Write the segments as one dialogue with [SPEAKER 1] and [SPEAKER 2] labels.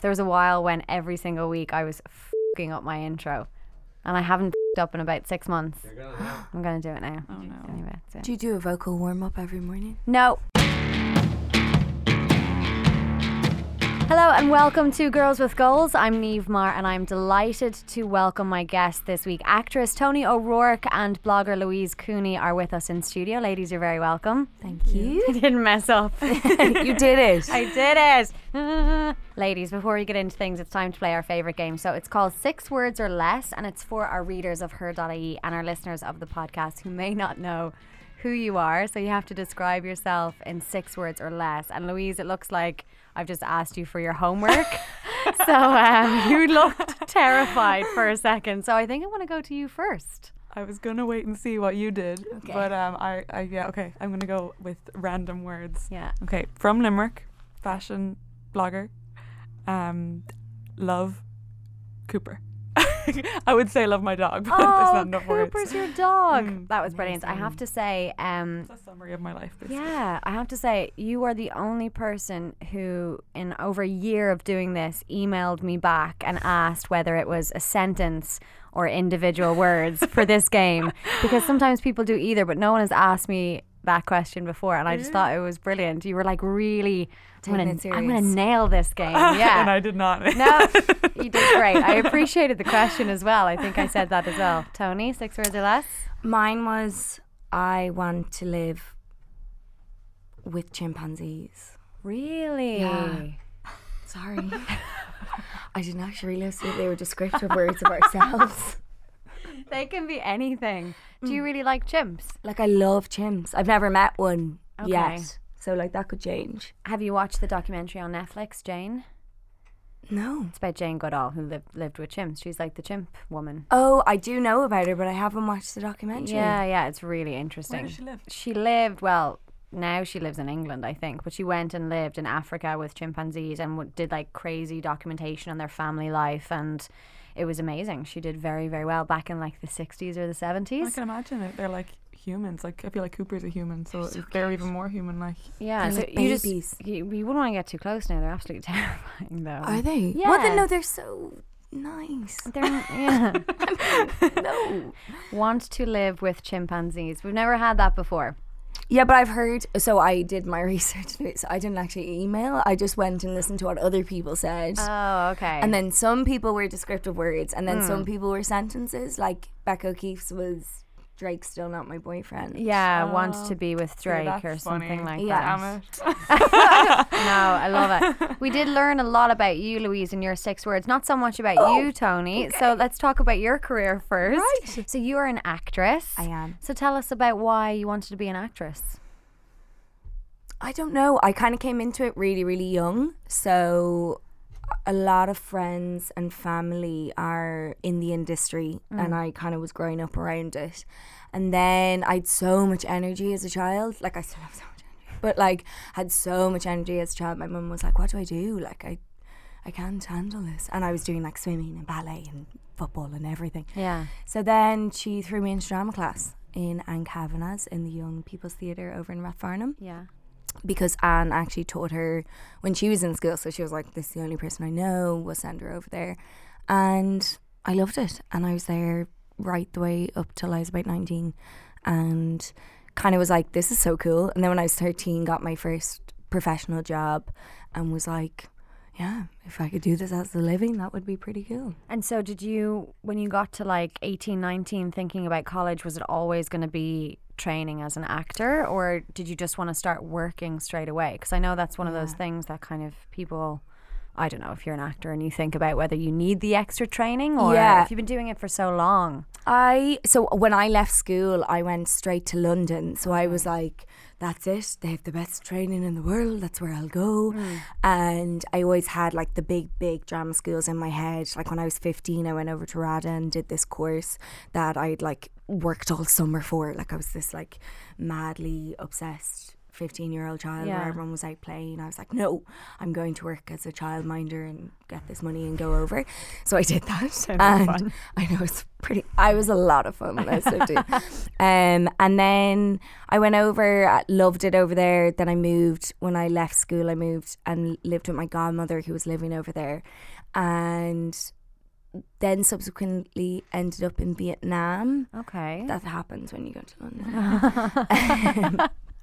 [SPEAKER 1] There was a while when every single week I was fing up my intro, and I haven't fed up in about six months. I'm gonna do it now.
[SPEAKER 2] Oh no.
[SPEAKER 1] Anyway, that's it.
[SPEAKER 3] Do you do a vocal warm up every morning?
[SPEAKER 1] No. Hello and welcome to Girls with Goals. I'm Neve Marr and I'm delighted to welcome my guests this week. Actress Tony O'Rourke and blogger Louise Cooney are with us in studio. Ladies, you're very welcome.
[SPEAKER 3] Thank you.
[SPEAKER 1] I didn't mess up.
[SPEAKER 3] you did it.
[SPEAKER 1] I did it. Ah. Ladies, before we get into things, it's time to play our favourite game. So it's called Six Words or Less, and it's for our readers of her.ie and our listeners of the podcast who may not know who you are. So you have to describe yourself in six words or less. And Louise, it looks like I've just asked you for your homework. so um, you looked terrified for a second. So I think I want to go to you first.
[SPEAKER 2] I was gonna wait and see what you did,
[SPEAKER 3] Okay.
[SPEAKER 2] but um, I, I yeah, okay. I'm gonna go with random words.
[SPEAKER 1] Yeah.
[SPEAKER 2] Okay, from Limerick, fashion blogger, um, love Cooper. I would say love my dog, but there's
[SPEAKER 1] Oh,
[SPEAKER 2] not enough
[SPEAKER 1] Cooper's
[SPEAKER 2] words.
[SPEAKER 1] your dog.
[SPEAKER 2] Mm.
[SPEAKER 1] that was brilliant. I have to say, um,
[SPEAKER 2] That's a summary of my life. Basically.
[SPEAKER 1] Yeah, I have to say, you are the only person who, in over a year of doing this, emailed me back and asked whether it was a sentence or individual words for this game. Because sometimes people do either, but no one has asked me that question before, and I just thought it was brilliant. You were like, really, I'm
[SPEAKER 3] Taking
[SPEAKER 1] gonna,
[SPEAKER 3] it
[SPEAKER 1] I'm gonna
[SPEAKER 3] serious.
[SPEAKER 1] nail this game.
[SPEAKER 2] and
[SPEAKER 1] Yeah.
[SPEAKER 2] I did not.
[SPEAKER 1] No, you did great. I appreciated the question as well. I think I said that as well. Tony, six words or less.
[SPEAKER 3] Mine was I want to live with chimpanzees.
[SPEAKER 1] Really?
[SPEAKER 3] Yeah. Sorry. I didn't actually realize that they were descriptive words of ourselves.
[SPEAKER 1] They can be anything. Do you really like chimps?
[SPEAKER 3] Like I love chimps. I've never met one
[SPEAKER 1] Okay.
[SPEAKER 3] yet. So like that could change.
[SPEAKER 1] Have you watched the documentary on Netflix, Jane?
[SPEAKER 3] No.
[SPEAKER 1] It's about Jane Goodall who lived lived with chimps. She's like the chimp woman.
[SPEAKER 3] Oh, I do know about her, but I haven't watched the documentary.
[SPEAKER 1] Yeah, yeah, it's really interesting.
[SPEAKER 2] does she live?
[SPEAKER 1] She lived well. Now she lives in England, I think, but she went and lived in Africa with chimpanzees and w- did like crazy documentation on their family life, and it was amazing. She did very, very well back in like the sixties or the
[SPEAKER 2] I
[SPEAKER 1] seventies.
[SPEAKER 2] can imagine it. They're like humans. Like I feel like Cooper's a human, so, they're even more human-like.
[SPEAKER 1] Yeah,
[SPEAKER 3] They're
[SPEAKER 1] so
[SPEAKER 3] like
[SPEAKER 1] you just
[SPEAKER 3] babies.
[SPEAKER 1] you, you wouldn't want to get too close now. They're absolutely terrifying, though.
[SPEAKER 3] Are they?
[SPEAKER 1] Yeah.
[SPEAKER 3] Well, then, no, they're so nice.
[SPEAKER 1] They're yeah.
[SPEAKER 3] no.
[SPEAKER 1] want to live with chimpanzees. We've never had that before.
[SPEAKER 3] Yeah, but I've heard. So I did my research. into it, So I didn't actually email. I just went and listened to what other people said.
[SPEAKER 1] Oh, okay.
[SPEAKER 3] and then some people were descriptive words, and then some people were sentences. Like Beck O'Keefe's was Drake's still not my boyfriend.
[SPEAKER 1] yeah, want
[SPEAKER 2] Oh,
[SPEAKER 1] to be with
[SPEAKER 2] Yeah,
[SPEAKER 1] Drake or
[SPEAKER 2] that's
[SPEAKER 1] something
[SPEAKER 2] funny.
[SPEAKER 1] like
[SPEAKER 3] Yeah.
[SPEAKER 1] that.
[SPEAKER 2] Damn it.
[SPEAKER 1] No, I love it. We did learn a lot about you, Louise, in your six words. Not so much about
[SPEAKER 3] Oh,
[SPEAKER 1] you, Tony. So let's talk about your career first.
[SPEAKER 3] Right.
[SPEAKER 1] So you are an actress.
[SPEAKER 3] I am.
[SPEAKER 1] So tell us about why you wanted to be an actress.
[SPEAKER 3] I don't know. I kind of came into it really, really young. So a lot of friends and family are in the industry, and I kind of was growing up around it. And then I had so much energy as a child. Like, I still have so much energy, but like, had so much energy as a child. My mum was like, What do I do? Like, I. I can't handle this. And I was doing like swimming and ballet and football and everything.
[SPEAKER 1] Yeah.
[SPEAKER 3] So then she threw me into drama class in Anne Kavanagh's in the Young People's Theatre over in Rathfarnham
[SPEAKER 1] Yeah.
[SPEAKER 3] because Anne actually taught her when she was in school. So she was like, "This is the only person I know. We'll send her over there." And I loved it, and I was there right the way up till I was about nineteen, and kind of was like, "This is so cool." And then when I was thirteen, got my first professional job, and was like, "Yeah, if I could do this as a living, that would be pretty cool."
[SPEAKER 1] And so did you, when you got to like 18, 19, thinking about college, was it always going to be training as an actor or did you just want to start working straight away? Because I know that's one of those things that kind of people, I don't know, if you're an actor and you think about whether you need the extra training or
[SPEAKER 3] Yeah.
[SPEAKER 1] if you've been doing it for so long.
[SPEAKER 3] I so when I left school, I went straight to London. So I was like, "That's it. They have the best training in the world. That's where I'll go." And I always had like the big, big drama schools in my head. Like when I was fifteen, I went over to Rada and did this course that I'd like worked all summer for. Like I was this like madly obsessed 15 year old child
[SPEAKER 1] Yeah.
[SPEAKER 3] where everyone was out playing. I was like, no, I'm going to work as a childminder and get this money and go over. So I did that. and
[SPEAKER 1] fun.
[SPEAKER 3] I know it's pretty, I was a lot of fun when I was 15. um, and then I went over, I loved it over there. Then I moved, when I left school, I moved and lived with my godmother who was living over there. And then subsequently ended up in Vietnam.
[SPEAKER 1] Oh. Okay.
[SPEAKER 3] That happens when you go to London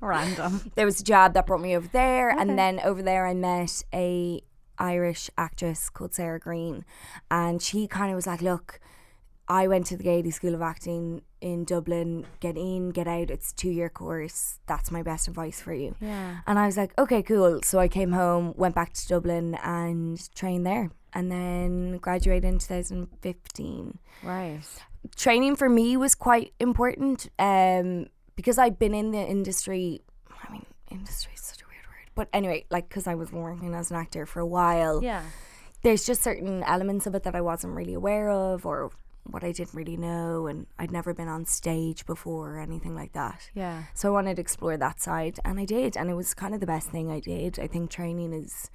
[SPEAKER 1] Random.
[SPEAKER 3] there was a job that brought me over there
[SPEAKER 1] Okay.
[SPEAKER 3] and then over there I met a Irish actress called Sarah Green and she kind of was like look I went to the Gaiety School of Acting in Dublin get in get out it's a two year course that's my best advice for you
[SPEAKER 1] Yeah.
[SPEAKER 3] and I was like okay cool so I came home went back to Dublin and trained there and then graduated in 2015
[SPEAKER 1] Right.
[SPEAKER 3] training for me was quite important um, because I'd been in the industry. I mean, industry is such a weird word, but anyway, like because I was working as an actor for a while,
[SPEAKER 1] Yeah.
[SPEAKER 3] there's just certain elements of it that I wasn't really aware of or what I didn't really know, and I'd never been on stage before or anything like that.
[SPEAKER 1] Yeah.
[SPEAKER 3] So I wanted to explore that side, and I did, and it was kind of the best thing I did. I think training is,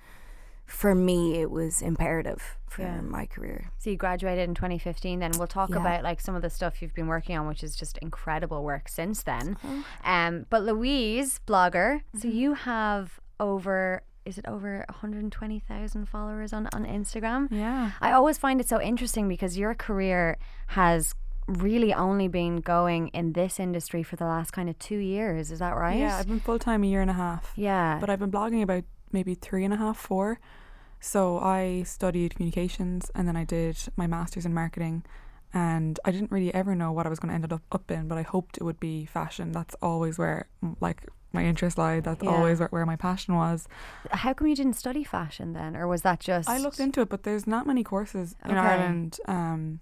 [SPEAKER 3] for me, it was imperative for
[SPEAKER 1] Yeah.
[SPEAKER 3] my career.
[SPEAKER 1] So you graduated in 2015. Then we'll talk
[SPEAKER 3] Yeah.
[SPEAKER 1] about like some of the stuff you've been working on, which is just incredible work since then. Um, but Louise, blogger, so
[SPEAKER 2] Mm-hmm.
[SPEAKER 1] you have over is it over 120,000 followers on on Instagram?
[SPEAKER 2] Yeah.
[SPEAKER 1] I always find it so interesting because your career has really only been going in this industry for the last kind of two years. Is that right?
[SPEAKER 2] Yeah, I've been full time a year and a half.
[SPEAKER 1] Yeah.
[SPEAKER 2] But I've been blogging about maybe three and a half, four. So I studied communications and then I did my master's in marketing. And I didn't really ever know what I was going to end up up in, but I hoped it would be fashion. That's always where mm, like my interest lied. That's
[SPEAKER 1] Yeah.
[SPEAKER 2] always where, where my passion was.
[SPEAKER 1] How come you didn't study fashion then, or was that just?
[SPEAKER 2] I looked into it, but there's not many courses in
[SPEAKER 1] Okay.
[SPEAKER 2] Ireland. Um,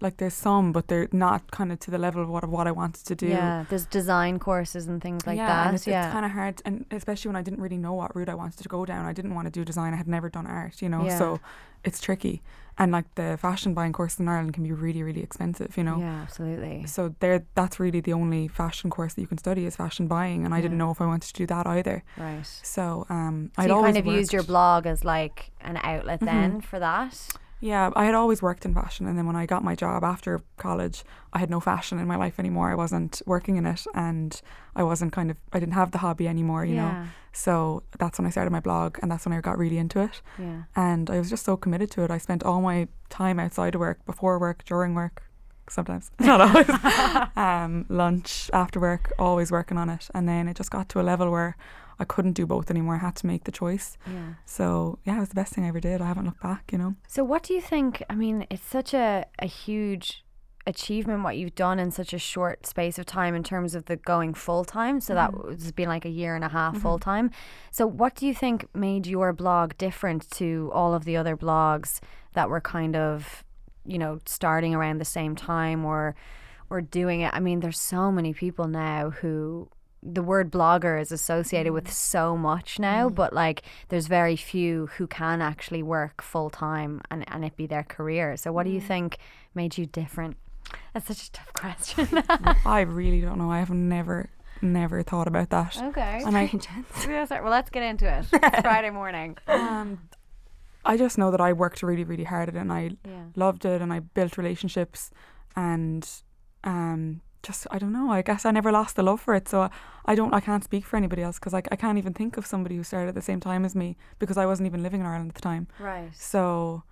[SPEAKER 2] like there's some, but they're not kind of to the level of what of what I wanted to do.
[SPEAKER 1] Yeah, there's design courses and things like
[SPEAKER 2] yeah,
[SPEAKER 1] that.
[SPEAKER 2] And it's,
[SPEAKER 1] yeah.
[SPEAKER 2] it's kind of hard, and especially when I didn't really know what route I wanted to go down. I didn't want to do design. I had never done art, you know,
[SPEAKER 1] Yeah.
[SPEAKER 2] so it's tricky. And like the fashion buying course in Ireland can be really, really expensive, you know.
[SPEAKER 1] Yeah, absolutely.
[SPEAKER 2] So there, that's really the only fashion course that you can study is fashion buying, and I didn't
[SPEAKER 1] Yeah.
[SPEAKER 2] know if I wanted to do that either.
[SPEAKER 1] Right. So
[SPEAKER 2] So um,
[SPEAKER 1] you
[SPEAKER 2] I'd always
[SPEAKER 1] kind of used your
[SPEAKER 2] worked-
[SPEAKER 1] blog as like an outlet
[SPEAKER 2] Mhm.
[SPEAKER 1] then for that.
[SPEAKER 2] Yeah, I had always worked in fashion, and then when I got my job after college, I had no fashion in my life anymore. I wasn't working in it, and I wasn't kind of I didn't have the hobby anymore, you know.
[SPEAKER 1] yeah.
[SPEAKER 2] So that's when I started my blog, and that's when I got really into it.
[SPEAKER 1] Yeah.
[SPEAKER 2] And I was just so committed to it. I spent all my time outside of work, before work, during work, sometimes, not always, um, lunch, after work, always working on it. And then it just got to a level where I couldn't do both anymore. I had to make the choice.
[SPEAKER 1] Yeah.
[SPEAKER 2] So yeah, it was the best thing I ever did. I haven't looked back, you know.
[SPEAKER 1] So what do you think? I mean, it's such a, a huge achievement what you've done in such a short space of time in terms of the going full time. So that
[SPEAKER 2] Mm-hmm.
[SPEAKER 1] w- it's been like a year and a half full time. So what do you think made your blog different to all of the other blogs that were kind of, you know, starting around the same time or or doing it? I mean, there's so many people now who the word blogger is associated with so much now, but like there's very few who can actually work full time and, and it be their career. So, what do you think made you different? That's such a tough question.
[SPEAKER 2] I really don't know. I have never, never thought about that.
[SPEAKER 1] okay.
[SPEAKER 2] And I,
[SPEAKER 1] Yeah, sorry. Well, let's get into it. It's Friday morning.
[SPEAKER 2] um, I just know that I worked really, really hard at it, and I
[SPEAKER 1] Yeah.
[SPEAKER 2] loved it and I built relationships and um just I don't know I guess I never lost the love for it so I, I don't I can't speak for anybody else because like I can't even think of somebody who started at the same time as me because I wasn't even living in Ireland at the time
[SPEAKER 1] Right.
[SPEAKER 2] so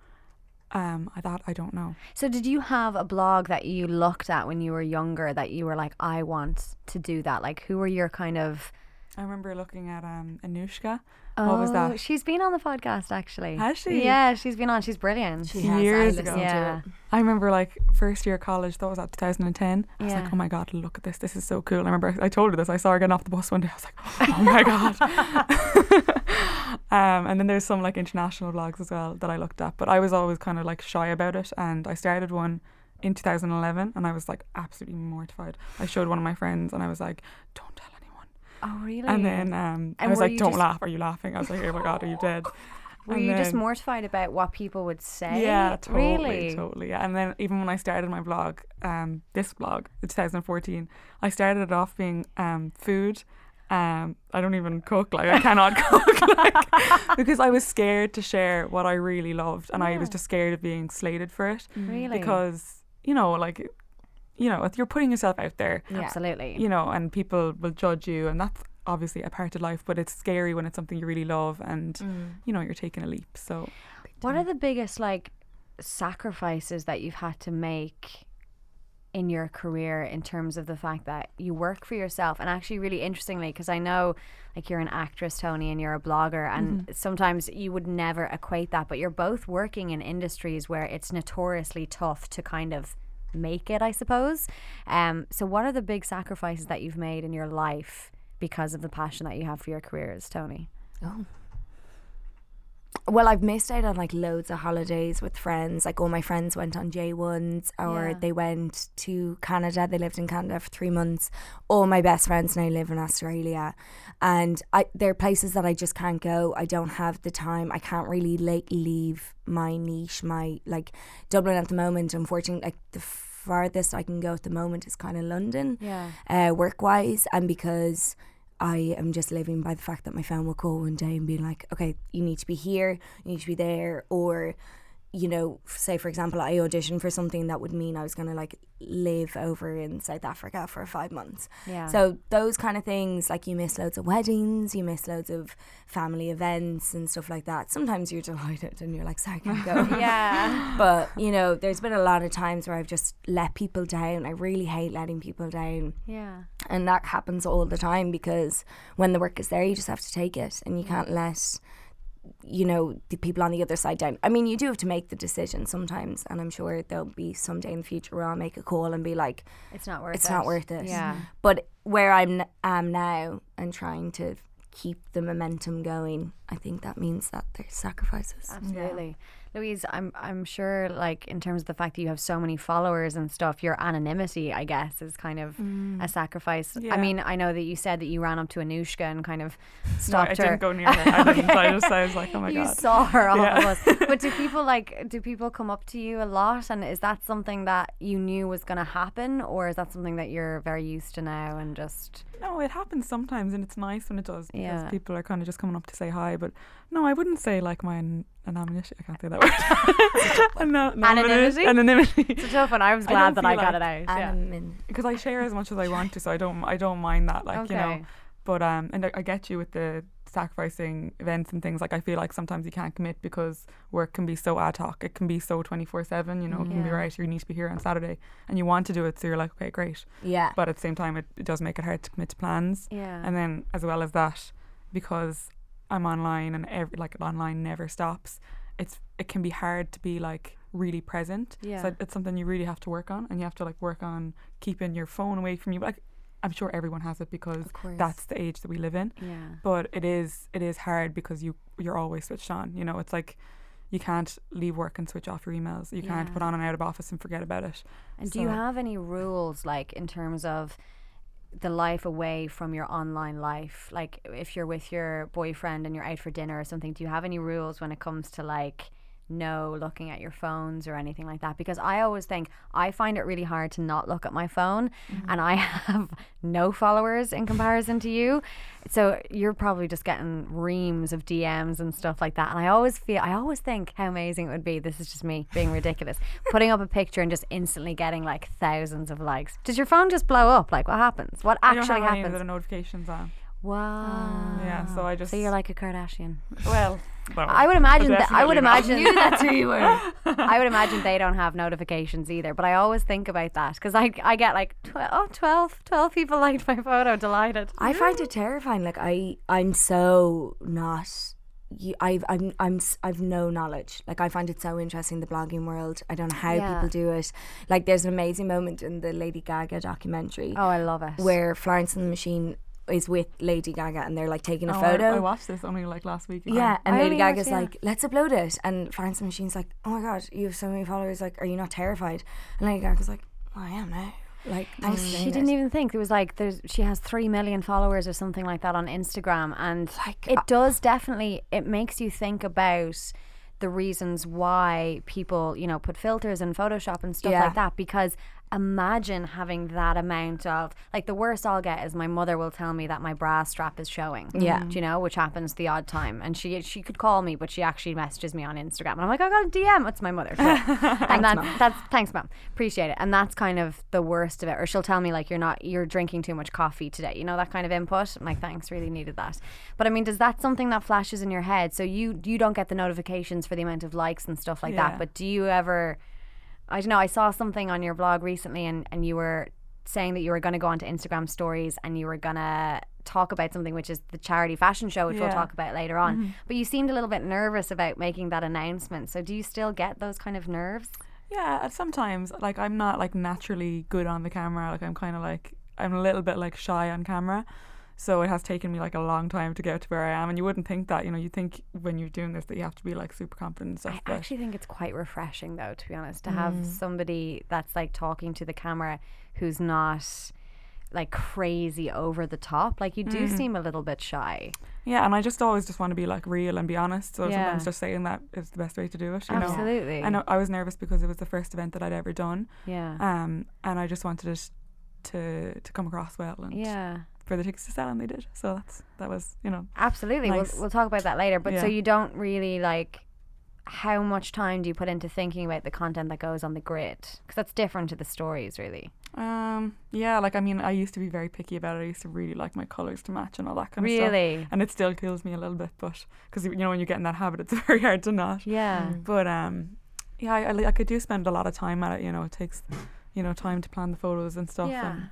[SPEAKER 2] um I that I don't know
[SPEAKER 1] So, did you have a blog that you looked at when you were younger that you were like, I want to do that? Like, who were your kind of.
[SPEAKER 2] I remember looking at um Anushka what was that
[SPEAKER 1] Oh, She's been on the podcast actually.
[SPEAKER 2] Has she?
[SPEAKER 1] Yeah, she's been on. She's brilliant.
[SPEAKER 3] She has, I
[SPEAKER 2] Years
[SPEAKER 3] listened
[SPEAKER 2] ago.
[SPEAKER 3] to it.
[SPEAKER 1] yeah.
[SPEAKER 2] I remember like first year of college, that was at 2010. I was
[SPEAKER 1] Yeah.
[SPEAKER 2] like, oh my God, look at this. This is so cool. I remember I told her this. I saw her getting off the bus one day. I was like, oh my God. um, and then there's some like international vlogs as well that I looked at, but I was always kind of like shy about it. And I started one in 2011 and I was like absolutely mortified. I showed one of my friends and I was like, don't tell anyone.
[SPEAKER 1] Oh, really?
[SPEAKER 2] And then um, I
[SPEAKER 1] And
[SPEAKER 2] was
[SPEAKER 1] were
[SPEAKER 2] like,
[SPEAKER 1] you
[SPEAKER 2] don't
[SPEAKER 1] just-
[SPEAKER 2] laugh. Are you laughing? I was like, oh my God, are you dead?
[SPEAKER 1] were
[SPEAKER 2] And
[SPEAKER 1] you just
[SPEAKER 2] then-
[SPEAKER 1] mortified about what people would say?
[SPEAKER 2] yeah, totally,
[SPEAKER 1] really.
[SPEAKER 2] totally. Yeah. And then even when I started my blog, um, this blog, in 2014, I started it off being um, food Um, I don't even cook. Like I cannot cook like, because I was scared to share what I really loved, and I was just scared of being slated for it
[SPEAKER 1] Really?
[SPEAKER 2] because you know, like, you know, if you're putting yourself out there,
[SPEAKER 3] Yeah.
[SPEAKER 1] Absolutely.
[SPEAKER 2] you know, and people will judge you, and that's obviously a part of life. But it's scary when it's something you really love, and you know, you're taking a leap. So
[SPEAKER 1] What are the biggest like sacrifices that you've had to make in your career in terms of the fact that you work for yourself and actually really interestingly because I know like you're an actress Tony and you're a blogger and sometimes you would never equate that but you're both working in industries where it's notoriously tough to kind of make it I suppose um so what are the big sacrifices that you've made in your life because of the passion that you have for your careers Tony
[SPEAKER 3] Well, I've missed out on like loads of holidays with friends. Like all my friends went on J ones, or
[SPEAKER 1] Yeah.
[SPEAKER 3] they went to Canada. They lived in Canada for three months. All my best friends now live in Australia, and I there are places that I just can't go. I don't have the time. I can't really like leave my niche. My like Dublin at the moment. Unfortunately, like the farthest I can go at the moment is kind of London
[SPEAKER 1] yeah
[SPEAKER 3] uh, work wise and because I am just living by the fact that my phone will call one day and be like, okay, you need to be here, you need to be there, or you know, f- say for example, I auditioned for something that would mean I was gonna like live over in South Africa for five months.
[SPEAKER 1] yeah
[SPEAKER 3] So those kind of things, like you miss loads of weddings, you miss loads of family events and stuff like that. Sometimes you're delighted and you're like, sorry, I can't go.
[SPEAKER 1] yeah
[SPEAKER 3] But you know, there's been a lot of times where I've just let people down. I really hate letting people down.
[SPEAKER 1] yeah
[SPEAKER 3] And that happens all the time because when the work is there, you just have to take it and you can't let, you know, the people on the other side down. I mean, you do have to make the decision sometimes. And I'm sure there'll be some day in the future where I'll make a call and be like,
[SPEAKER 1] It's not worth
[SPEAKER 3] it's
[SPEAKER 1] it.
[SPEAKER 3] not worth it.
[SPEAKER 1] Yeah.
[SPEAKER 3] But where I am am now and trying to keep the momentum going, I think that means that there's sacrifices.
[SPEAKER 1] Absolutely. Louise, I'm I'm sure like in terms of the fact that you have so many followers and stuff, your anonymity, I guess, is kind of
[SPEAKER 3] Mm.
[SPEAKER 1] a sacrifice. I
[SPEAKER 2] Yeah.
[SPEAKER 1] mean, I know that you said that you ran up to Anushka and kind of
[SPEAKER 2] no, I
[SPEAKER 1] stopped her.
[SPEAKER 2] didn't go near her. I, didn't, I just I was like, oh my
[SPEAKER 1] you
[SPEAKER 2] god.
[SPEAKER 1] saw her all
[SPEAKER 2] Yeah.
[SPEAKER 1] of us. But do people like do people come up to you a lot and is that something that you knew was gonna happen or is that something that you're very used to now and just
[SPEAKER 2] No, it happens sometimes, and it's nice when it does because
[SPEAKER 1] Yeah.
[SPEAKER 2] people are kind of just coming up to say hi. But no, I wouldn't say like my an- anonymity. I can't say that word. Ano-
[SPEAKER 1] Anonymity?
[SPEAKER 2] Anonymity.
[SPEAKER 1] it's a tough one. I was
[SPEAKER 2] I
[SPEAKER 1] glad
[SPEAKER 2] don't
[SPEAKER 1] that I
[SPEAKER 2] feel
[SPEAKER 1] got it
[SPEAKER 2] like-
[SPEAKER 1] out. yeah.
[SPEAKER 3] Admin.
[SPEAKER 2] Because I share as much as I want to, so I don't. I don't mind that. Like you know.
[SPEAKER 1] Okay.
[SPEAKER 2] But um, and I, I get you with the sacrificing events and things. Like I feel like sometimes you can't commit because work can be so ad hoc. It can be so twenty four seven. You know, it can be
[SPEAKER 1] Yeah.
[SPEAKER 2] right. You need to be here on Saturday, and you want to do it. So you're like, okay, great.
[SPEAKER 3] Yeah.
[SPEAKER 2] But at the same time, it, it does make it hard to commit to plans.
[SPEAKER 1] Yeah.
[SPEAKER 2] And then as well as that, because I'm online and every like online never stops, it's it can be hard to be like really present.
[SPEAKER 1] Yeah.
[SPEAKER 2] So it's something you really have to work on and you have to like work on keeping your phone away from you. Like I'm sure everyone has it because
[SPEAKER 3] course.
[SPEAKER 2] that's the age that we live in.
[SPEAKER 1] yeah.
[SPEAKER 2] But it is it is hard because you you're always switched on. You know, it's like you can't leave work and switch off your emails. You can't
[SPEAKER 1] Yeah.
[SPEAKER 2] put on and out of office and forget about it.
[SPEAKER 1] And do you
[SPEAKER 2] So-
[SPEAKER 1] have any rules, like in terms of the life away from your online life? Like if you're with your boyfriend and you're out for dinner or something, do you have any rules when it comes to like no looking at your phones or anything like that? Because I always think I find it really hard to not look at my phone, and I have no followers in comparison to you. So you're probably just getting reams of DMs and stuff like that. And I always feel, I always think how amazing it would be. This is just me being ridiculous, putting up a picture and just instantly getting like thousands of likes. Does your phone just blow up? Like what happens? What
[SPEAKER 2] I
[SPEAKER 1] actually
[SPEAKER 2] don't have any Um, that
[SPEAKER 1] happens?
[SPEAKER 2] are notifications on.
[SPEAKER 1] Wow.
[SPEAKER 2] Yeah, so I
[SPEAKER 1] Ah, So
[SPEAKER 2] just-
[SPEAKER 1] you're like a Kardashian.
[SPEAKER 2] Well,
[SPEAKER 1] I would imagine that. I would
[SPEAKER 2] definitely not.
[SPEAKER 1] imagine that's who you were. I would imagine they don't have notifications either. But I always think about that because I I get like tw- oh, 12, 12 people liked my photo, delighted.
[SPEAKER 3] I find it terrifying. Like I, I'm so not. You, I've, I'm, I'm, s- I've no knowledge. Like I find it so interesting the blogging world. I don't know how
[SPEAKER 1] Yeah.
[SPEAKER 3] people do it. Like there's an amazing moment in the Lady Gaga documentary
[SPEAKER 1] Oh, I love it.
[SPEAKER 3] where Florence and the Machine is with Lady Gaga and they're like taking a
[SPEAKER 2] Oh, I-
[SPEAKER 3] photo.
[SPEAKER 2] I, watched this only like last week.
[SPEAKER 3] yeah, and
[SPEAKER 1] I
[SPEAKER 3] Lady
[SPEAKER 1] only watched-
[SPEAKER 3] Gaga's
[SPEAKER 1] yeah.
[SPEAKER 3] like, let's upload it, and Florence and the Machine's like, oh my god, you have so many followers. Like, are you not terrified? And Lady Gaga's like, well, I am now. Like,
[SPEAKER 1] And
[SPEAKER 3] thanks for
[SPEAKER 1] Oh, she
[SPEAKER 3] doing
[SPEAKER 1] didn't
[SPEAKER 3] it."
[SPEAKER 1] even think. There was like there's she has three million followers or something like that on Instagram, and
[SPEAKER 3] Like,
[SPEAKER 1] it
[SPEAKER 3] uh,
[SPEAKER 1] does definitely it makes you think about the reasons why people you know put filters and Photoshop and stuff
[SPEAKER 3] Yeah.
[SPEAKER 1] like that because imagine having that amount of like the worst I'll get is my mother will tell me that my bra strap is showing.
[SPEAKER 3] Yeah.
[SPEAKER 1] Do you know, which happens the odd time. And she she could call me, but she actually messages me on Instagram. And I'm like, I got a DM. It's my mother. Cool. and that, that's thanks, mom. Appreciate it. And that's kind of the worst of it. Or she'll tell me like you're not you're drinking too much coffee today. You know, that kind of input. I'm like, thanks, really needed that. But I mean, does that something that flashes in your head? So you you don't get the notifications for the amount of likes and stuff like
[SPEAKER 2] Yeah.
[SPEAKER 1] that. But do you ever I don't know. I saw something on your blog recently, and, and you were saying that you were going to go onto Instagram stories and you were going to talk about something, which is the charity fashion show, which we'll
[SPEAKER 2] Yeah. Mm-hmm.
[SPEAKER 1] talk about later on. But you seemed a little bit nervous about making that announcement. So, do you still get those kind of nerves?
[SPEAKER 2] Yeah, and sometimes like I'm not like naturally good on the camera. Like I'm kind of like I'm a little bit like shy on camera. So it has taken me like a long time to get to where I am, and you wouldn't think that, you know. You think when you're doing this that you have to be like super confident and stuff.
[SPEAKER 1] I
[SPEAKER 2] but
[SPEAKER 1] actually think it's quite refreshing, though, to be honest, to
[SPEAKER 2] Mm.
[SPEAKER 1] have somebody that's like talking to the camera who's not like crazy over the top. Like, you
[SPEAKER 2] Mm.
[SPEAKER 1] do seem a little bit shy.
[SPEAKER 2] yeah, and I just always just want to be like real and be honest. So sometimes
[SPEAKER 1] Yeah.
[SPEAKER 2] just saying that is the best way to do it. You know,
[SPEAKER 1] Absolutely.
[SPEAKER 2] I know I was nervous because it was the first event that I'd ever done,
[SPEAKER 1] Yeah.
[SPEAKER 2] um, and I just wanted it to to come across well and
[SPEAKER 1] yeah.
[SPEAKER 2] for the tickets to sell, and they did. So that's that was you know
[SPEAKER 1] Absolutely.
[SPEAKER 2] Nice.
[SPEAKER 1] We'll, we'll talk about that later. But so
[SPEAKER 2] Yeah.
[SPEAKER 1] you don't really like how much time do you put into thinking about the content that goes on the grid? Because that's different to the stories, really.
[SPEAKER 2] Um, yeah, like I mean, I used to be very picky about it. I used to really like my colors to match and all that kind of stuff.
[SPEAKER 1] Really?
[SPEAKER 2] And it still kills me a little bit, but because you know when you get in that habit, it's very hard to not.
[SPEAKER 1] Yeah.
[SPEAKER 3] Mm.
[SPEAKER 2] But um, yeah, I, I like I do spend a lot of time at it. You know, it takes you know time to plan the photos and stuff.
[SPEAKER 1] Yeah.
[SPEAKER 2] And,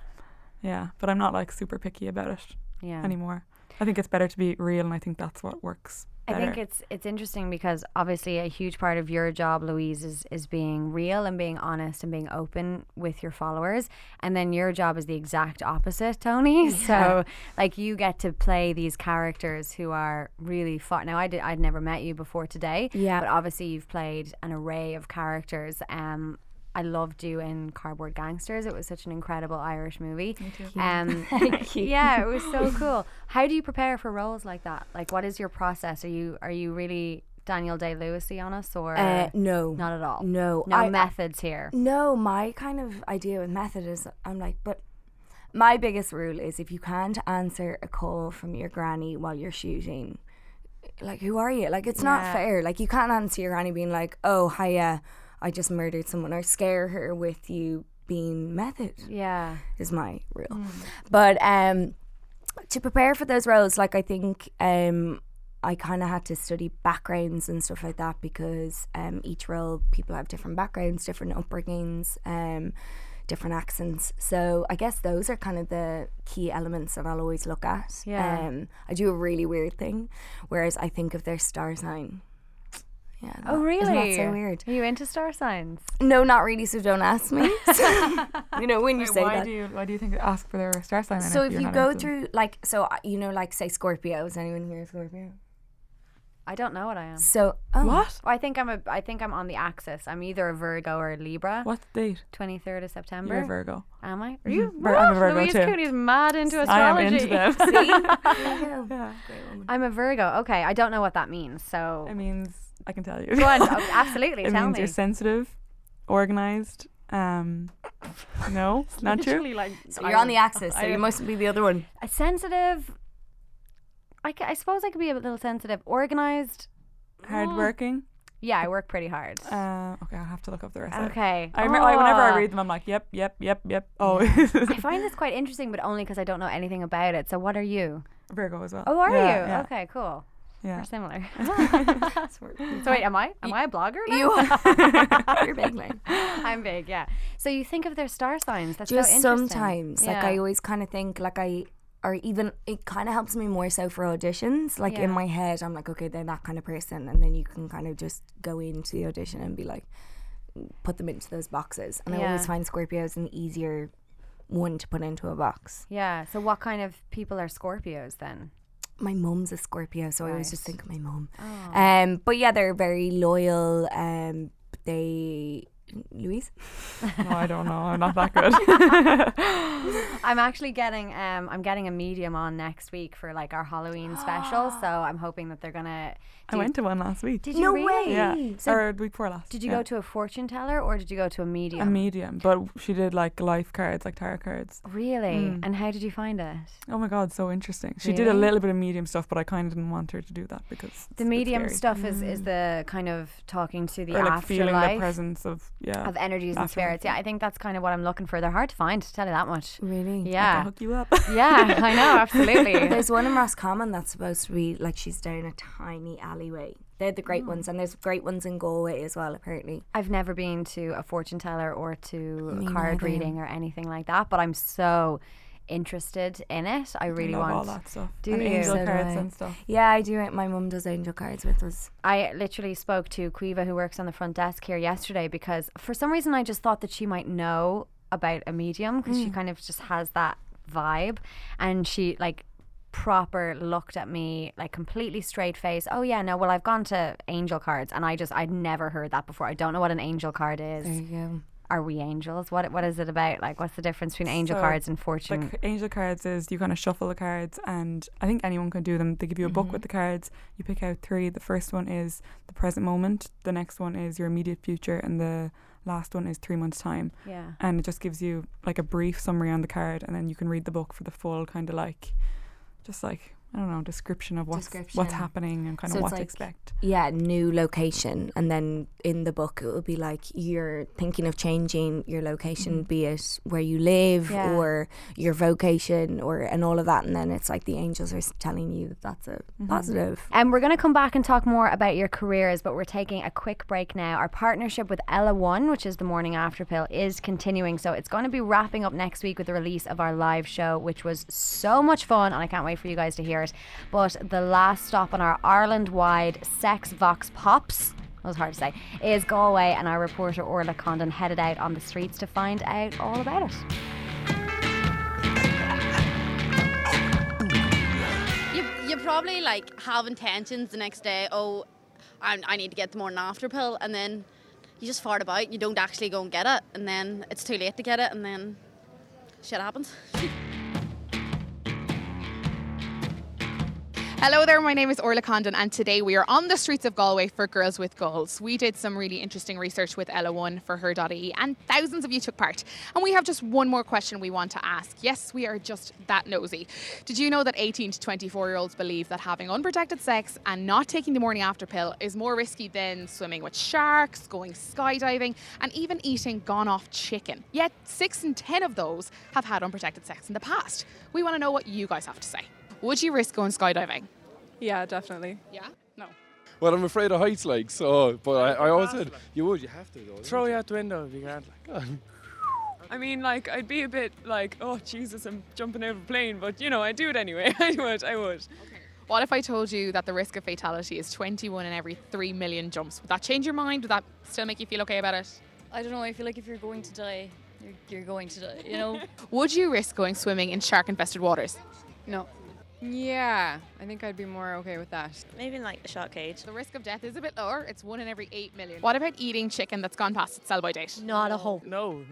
[SPEAKER 2] yeah, but I'm not like super picky about it
[SPEAKER 1] Yeah.
[SPEAKER 2] anymore. I think it's better to be real, and I think that's what works.
[SPEAKER 1] I think
[SPEAKER 2] better.
[SPEAKER 1] it's it's interesting because obviously a huge part of your job, Louise, is is being real and being honest and being open with your followers. And then your job is the exact opposite, Tony. So like you get to play these characters who are really fun. Now I did I'd never met you before today.
[SPEAKER 3] Yeah.
[SPEAKER 1] But obviously you've played an array of characters. Um I loved you in Cardboard Gangsters. It was such an incredible Irish movie. Um, yeah, it was so cool. How do you prepare for roles like that? Like, what is your process? Are you are you really Daniel Day Lewisy on us, or
[SPEAKER 3] Uh, no.
[SPEAKER 1] not at all?
[SPEAKER 3] No.
[SPEAKER 1] no
[SPEAKER 3] I-
[SPEAKER 1] methods here.
[SPEAKER 3] No, my kind of idea with method is I'm like, but my biggest rule is if you can't answer a call from your granny while you're shooting, like who are you? Like it's not fair. Like you can't answer your granny being like, oh hiya, I just murdered someone, or scare her with you being method
[SPEAKER 1] Yeah,
[SPEAKER 3] is my rule. But um, to prepare for those roles, like I think um, I kind of had to study backgrounds and stuff like that because um, each role people have different backgrounds, different upbringings, um, different accents. So I guess those are kind of the key elements that I'll always look at.
[SPEAKER 1] Yeah.
[SPEAKER 3] Um, I do a really weird thing, whereas I think of their star sign. Yeah.
[SPEAKER 1] Oh,
[SPEAKER 3] that- isn't that
[SPEAKER 1] really?
[SPEAKER 3] so weird?
[SPEAKER 1] are you into star signs?
[SPEAKER 3] No, not really. So don't ask me. you know when you
[SPEAKER 2] Wait,
[SPEAKER 3] say
[SPEAKER 2] why
[SPEAKER 3] that.
[SPEAKER 2] do you why do you think ask for their star sign? then
[SPEAKER 3] So if
[SPEAKER 2] you're
[SPEAKER 3] you
[SPEAKER 2] not
[SPEAKER 3] go
[SPEAKER 2] into them?
[SPEAKER 3] through like so uh, you know like say Scorpio is anyone here a Scorpio?
[SPEAKER 1] I don't know what I am.
[SPEAKER 3] So oh,
[SPEAKER 2] what
[SPEAKER 1] Oh, I think I'm a. I think I'm on the axis. I'm either a Virgo or a Libra.
[SPEAKER 2] what date?
[SPEAKER 1] Twenty third of September.
[SPEAKER 2] You're a Virgo.
[SPEAKER 1] Am I? Are you?
[SPEAKER 2] Vir- Mm-hmm. I'm a
[SPEAKER 1] what?
[SPEAKER 2] Virgo
[SPEAKER 1] Louise
[SPEAKER 2] too.
[SPEAKER 1] Cooney's mad into astrology.
[SPEAKER 2] I am into them.
[SPEAKER 3] Yeah.
[SPEAKER 1] I'm a Virgo. Okay, I don't know what that means. So
[SPEAKER 2] It means I can tell you.
[SPEAKER 1] Oh. go on. Oh, absolutely,
[SPEAKER 2] it
[SPEAKER 1] tell
[SPEAKER 2] means
[SPEAKER 1] me.
[SPEAKER 2] you're sensitive, organized. Um, no, not true.
[SPEAKER 1] Like,
[SPEAKER 3] So you're on the axis, so
[SPEAKER 2] I-
[SPEAKER 3] you must be the other one.
[SPEAKER 1] a sensitive. I, ca- I suppose I could be a little sensitive. Organized.
[SPEAKER 2] Hardworking.
[SPEAKER 1] Yeah, I work pretty hard.
[SPEAKER 2] Uh, okay, I'll have to look up the rest. of it.
[SPEAKER 1] okay.
[SPEAKER 2] I remember I, whenever I
[SPEAKER 1] Ah.
[SPEAKER 2] read them, I'm like, yep, yep, yep, yep. Oh,
[SPEAKER 1] I find this quite interesting, but only because I don't know anything about it. So, what are you?
[SPEAKER 2] Virgo as well.
[SPEAKER 1] Oh, are
[SPEAKER 2] Yeah,
[SPEAKER 1] you?
[SPEAKER 2] yeah,
[SPEAKER 1] Okay, cool.
[SPEAKER 2] Yeah.
[SPEAKER 1] We're similar. so wait, am I? Am I a blogger? now?
[SPEAKER 3] You you're big man.
[SPEAKER 1] I'm big, yeah. So you think of their star signs? That's so
[SPEAKER 3] Just
[SPEAKER 1] interesting.
[SPEAKER 3] sometimes, like
[SPEAKER 1] Yeah.
[SPEAKER 3] I always kind of think like I. Or even it kind of helps me more so for auditions. Like
[SPEAKER 1] Yeah.
[SPEAKER 3] in my head, I'm like, okay, they're that kind of person, and then you can kind of just go into the audition and be like, put them into those boxes. And I
[SPEAKER 1] Yeah.
[SPEAKER 3] always find Scorpios an easier one to put into a box.
[SPEAKER 1] yeah. So what kind of people are Scorpios then?
[SPEAKER 3] my mum's a Scorpio, so I always just
[SPEAKER 1] Right.
[SPEAKER 3] think of my mum. Um, but yeah, they're very loyal. Um, they Louise.
[SPEAKER 2] No, I don't know. I'm not that good.
[SPEAKER 1] I'm actually getting um I'm getting a medium on next week for like our Halloween special, so I'm hoping that they're gonna
[SPEAKER 2] I went to one last week.
[SPEAKER 1] Did you
[SPEAKER 3] No
[SPEAKER 1] really?
[SPEAKER 3] way.
[SPEAKER 2] yeah,
[SPEAKER 1] So
[SPEAKER 2] or the week before last.
[SPEAKER 1] Did you
[SPEAKER 2] yeah.
[SPEAKER 1] go to um, a fortune teller or did you go to a medium?
[SPEAKER 2] a medium? But she did like life cards, like tarot cards.
[SPEAKER 1] really?
[SPEAKER 2] Mm.
[SPEAKER 1] And how did you find it?
[SPEAKER 2] Oh my god, so interesting. She did a
[SPEAKER 1] Really?
[SPEAKER 2] little bit of medium stuff, but I kind of didn't want her to do that because it's
[SPEAKER 1] The
[SPEAKER 2] a bit
[SPEAKER 1] medium
[SPEAKER 2] scary. Hmm.
[SPEAKER 1] stuff is, is the kind of talking to the
[SPEAKER 2] or like feeling the
[SPEAKER 1] afterlife
[SPEAKER 2] presence of yeah.
[SPEAKER 1] of energies and
[SPEAKER 2] afterlife,
[SPEAKER 1] spirits. Yeah, I think that's kind of what I'm looking for. They're hard to find, to tell you that much.
[SPEAKER 3] Really?
[SPEAKER 2] I can
[SPEAKER 1] Yeah.
[SPEAKER 2] hook you up.
[SPEAKER 1] yeah, I know, absolutely.
[SPEAKER 3] There's one in Roscommon that's supposed to be like she's down a tiny alleyway. They're the great ones, and there's great ones in Galway as well, apparently.
[SPEAKER 1] I've never been to a fortune teller or to
[SPEAKER 3] Me
[SPEAKER 1] a card
[SPEAKER 3] neither.
[SPEAKER 1] reading or anything like that, but I'm so interested in it. I really
[SPEAKER 2] love
[SPEAKER 1] want
[SPEAKER 2] all that stuff.
[SPEAKER 1] Do
[SPEAKER 2] and
[SPEAKER 1] you?
[SPEAKER 2] angel
[SPEAKER 3] So do
[SPEAKER 2] cards
[SPEAKER 3] I.
[SPEAKER 2] and stuff.
[SPEAKER 3] Yeah, I do it. My mum does angel cards with us.
[SPEAKER 1] I literally spoke to Quiva, who works on the front desk here yesterday, because for some reason I just thought that she might know about a medium because she
[SPEAKER 2] Mm.
[SPEAKER 1] kind of just has that vibe. And she, like, proper looked at me like completely straight face oh yeah no well i've gone to angel cards and i just i'd never heard that before i don't know what an angel card is
[SPEAKER 3] There you go.
[SPEAKER 1] are we angels what what is it about like what's the difference between angel
[SPEAKER 2] So,
[SPEAKER 1] cards and fortune
[SPEAKER 2] Like angel cards is you kind of shuffle the cards, and I think anyone can do them. They give you a
[SPEAKER 3] Mm-hmm.
[SPEAKER 2] book with the cards. You pick out three. The first one is the present moment. The next one is your immediate future, and the last one is three months time.
[SPEAKER 1] yeah
[SPEAKER 2] And it just gives you like a brief summary on the card, and then you can read the book for the full kind of like, just like I don't know description of what's what's
[SPEAKER 3] Description.
[SPEAKER 2] happening and kind
[SPEAKER 3] So it's
[SPEAKER 2] of what to
[SPEAKER 3] like-
[SPEAKER 2] expect.
[SPEAKER 3] Yeah, new location, and then in the book it would be like you're thinking of changing your location, be it where you live
[SPEAKER 1] Yeah.
[SPEAKER 3] or your vocation, or and all of that. And then it's like the angels are s- telling you that that's a positive.
[SPEAKER 1] And we're going to come back and talk more about your careers, but we're taking a quick break now. Our partnership with Ella One, which is the morning after pill, is continuing. So it's going to be wrapping up next week with the release of our live show, which was so much fun. And I can't wait for you guys to hear it. But the last stop on our Ireland wide Sex Vox Pops. That was hard to say. Is Galway and our reporter Orla Condon headed out on the streets to find out all about it.
[SPEAKER 4] You, you probably like have intentions the next day. Oh, I, I need to get the morning after pill, and then you just fart about. and You don't actually go and get it, and then it's too late to get it, and then shit happens.
[SPEAKER 5] Hello there, my name is Orla Condon, and today we are on the streets of Galway for Girls with Goals. We did some really interesting research with Ella One for her.ie, E, and thousands of you took part. And we have just one more question we want to ask. Yes, we are just that nosy. Did you know that 18 to 24 year olds believe that having unprotected sex and not taking the morning after pill is more risky than swimming with sharks, going skydiving, and even eating gone off chicken? Yet, six in 10 of those have had unprotected sex in the past. We want to know what you guys have to say. Would you risk going skydiving?
[SPEAKER 6] Yeah, definitely.
[SPEAKER 5] Yeah. No.
[SPEAKER 7] Well, I'm afraid of heights, like, so, but I, I always said, you would, you have to, though. don't
[SPEAKER 6] Throw
[SPEAKER 7] you?
[SPEAKER 6] you out the window if you can't. Like. I mean, like, I'd be a bit like, oh, Jesus, I'm jumping out of a plane, but, you know, I'd do it anyway. I would, I would.
[SPEAKER 5] What if I told you that the risk of fatality is 21 in every 3 million jumps? Would that change your mind? Would that still make you feel okay about it?
[SPEAKER 8] I don't know. I feel like if you're going to die, you're, you're going to die. You know.
[SPEAKER 5] Would you risk going swimming in shark infested waters?
[SPEAKER 6] No. Yeah, I think I'd be more okay with that.
[SPEAKER 9] Maybe in like the shark cage.
[SPEAKER 5] The risk of death is a bit lower. It's 1 in every 8 million. What about eating chicken that's gone past its sell by date?
[SPEAKER 8] Not a hope.
[SPEAKER 6] No.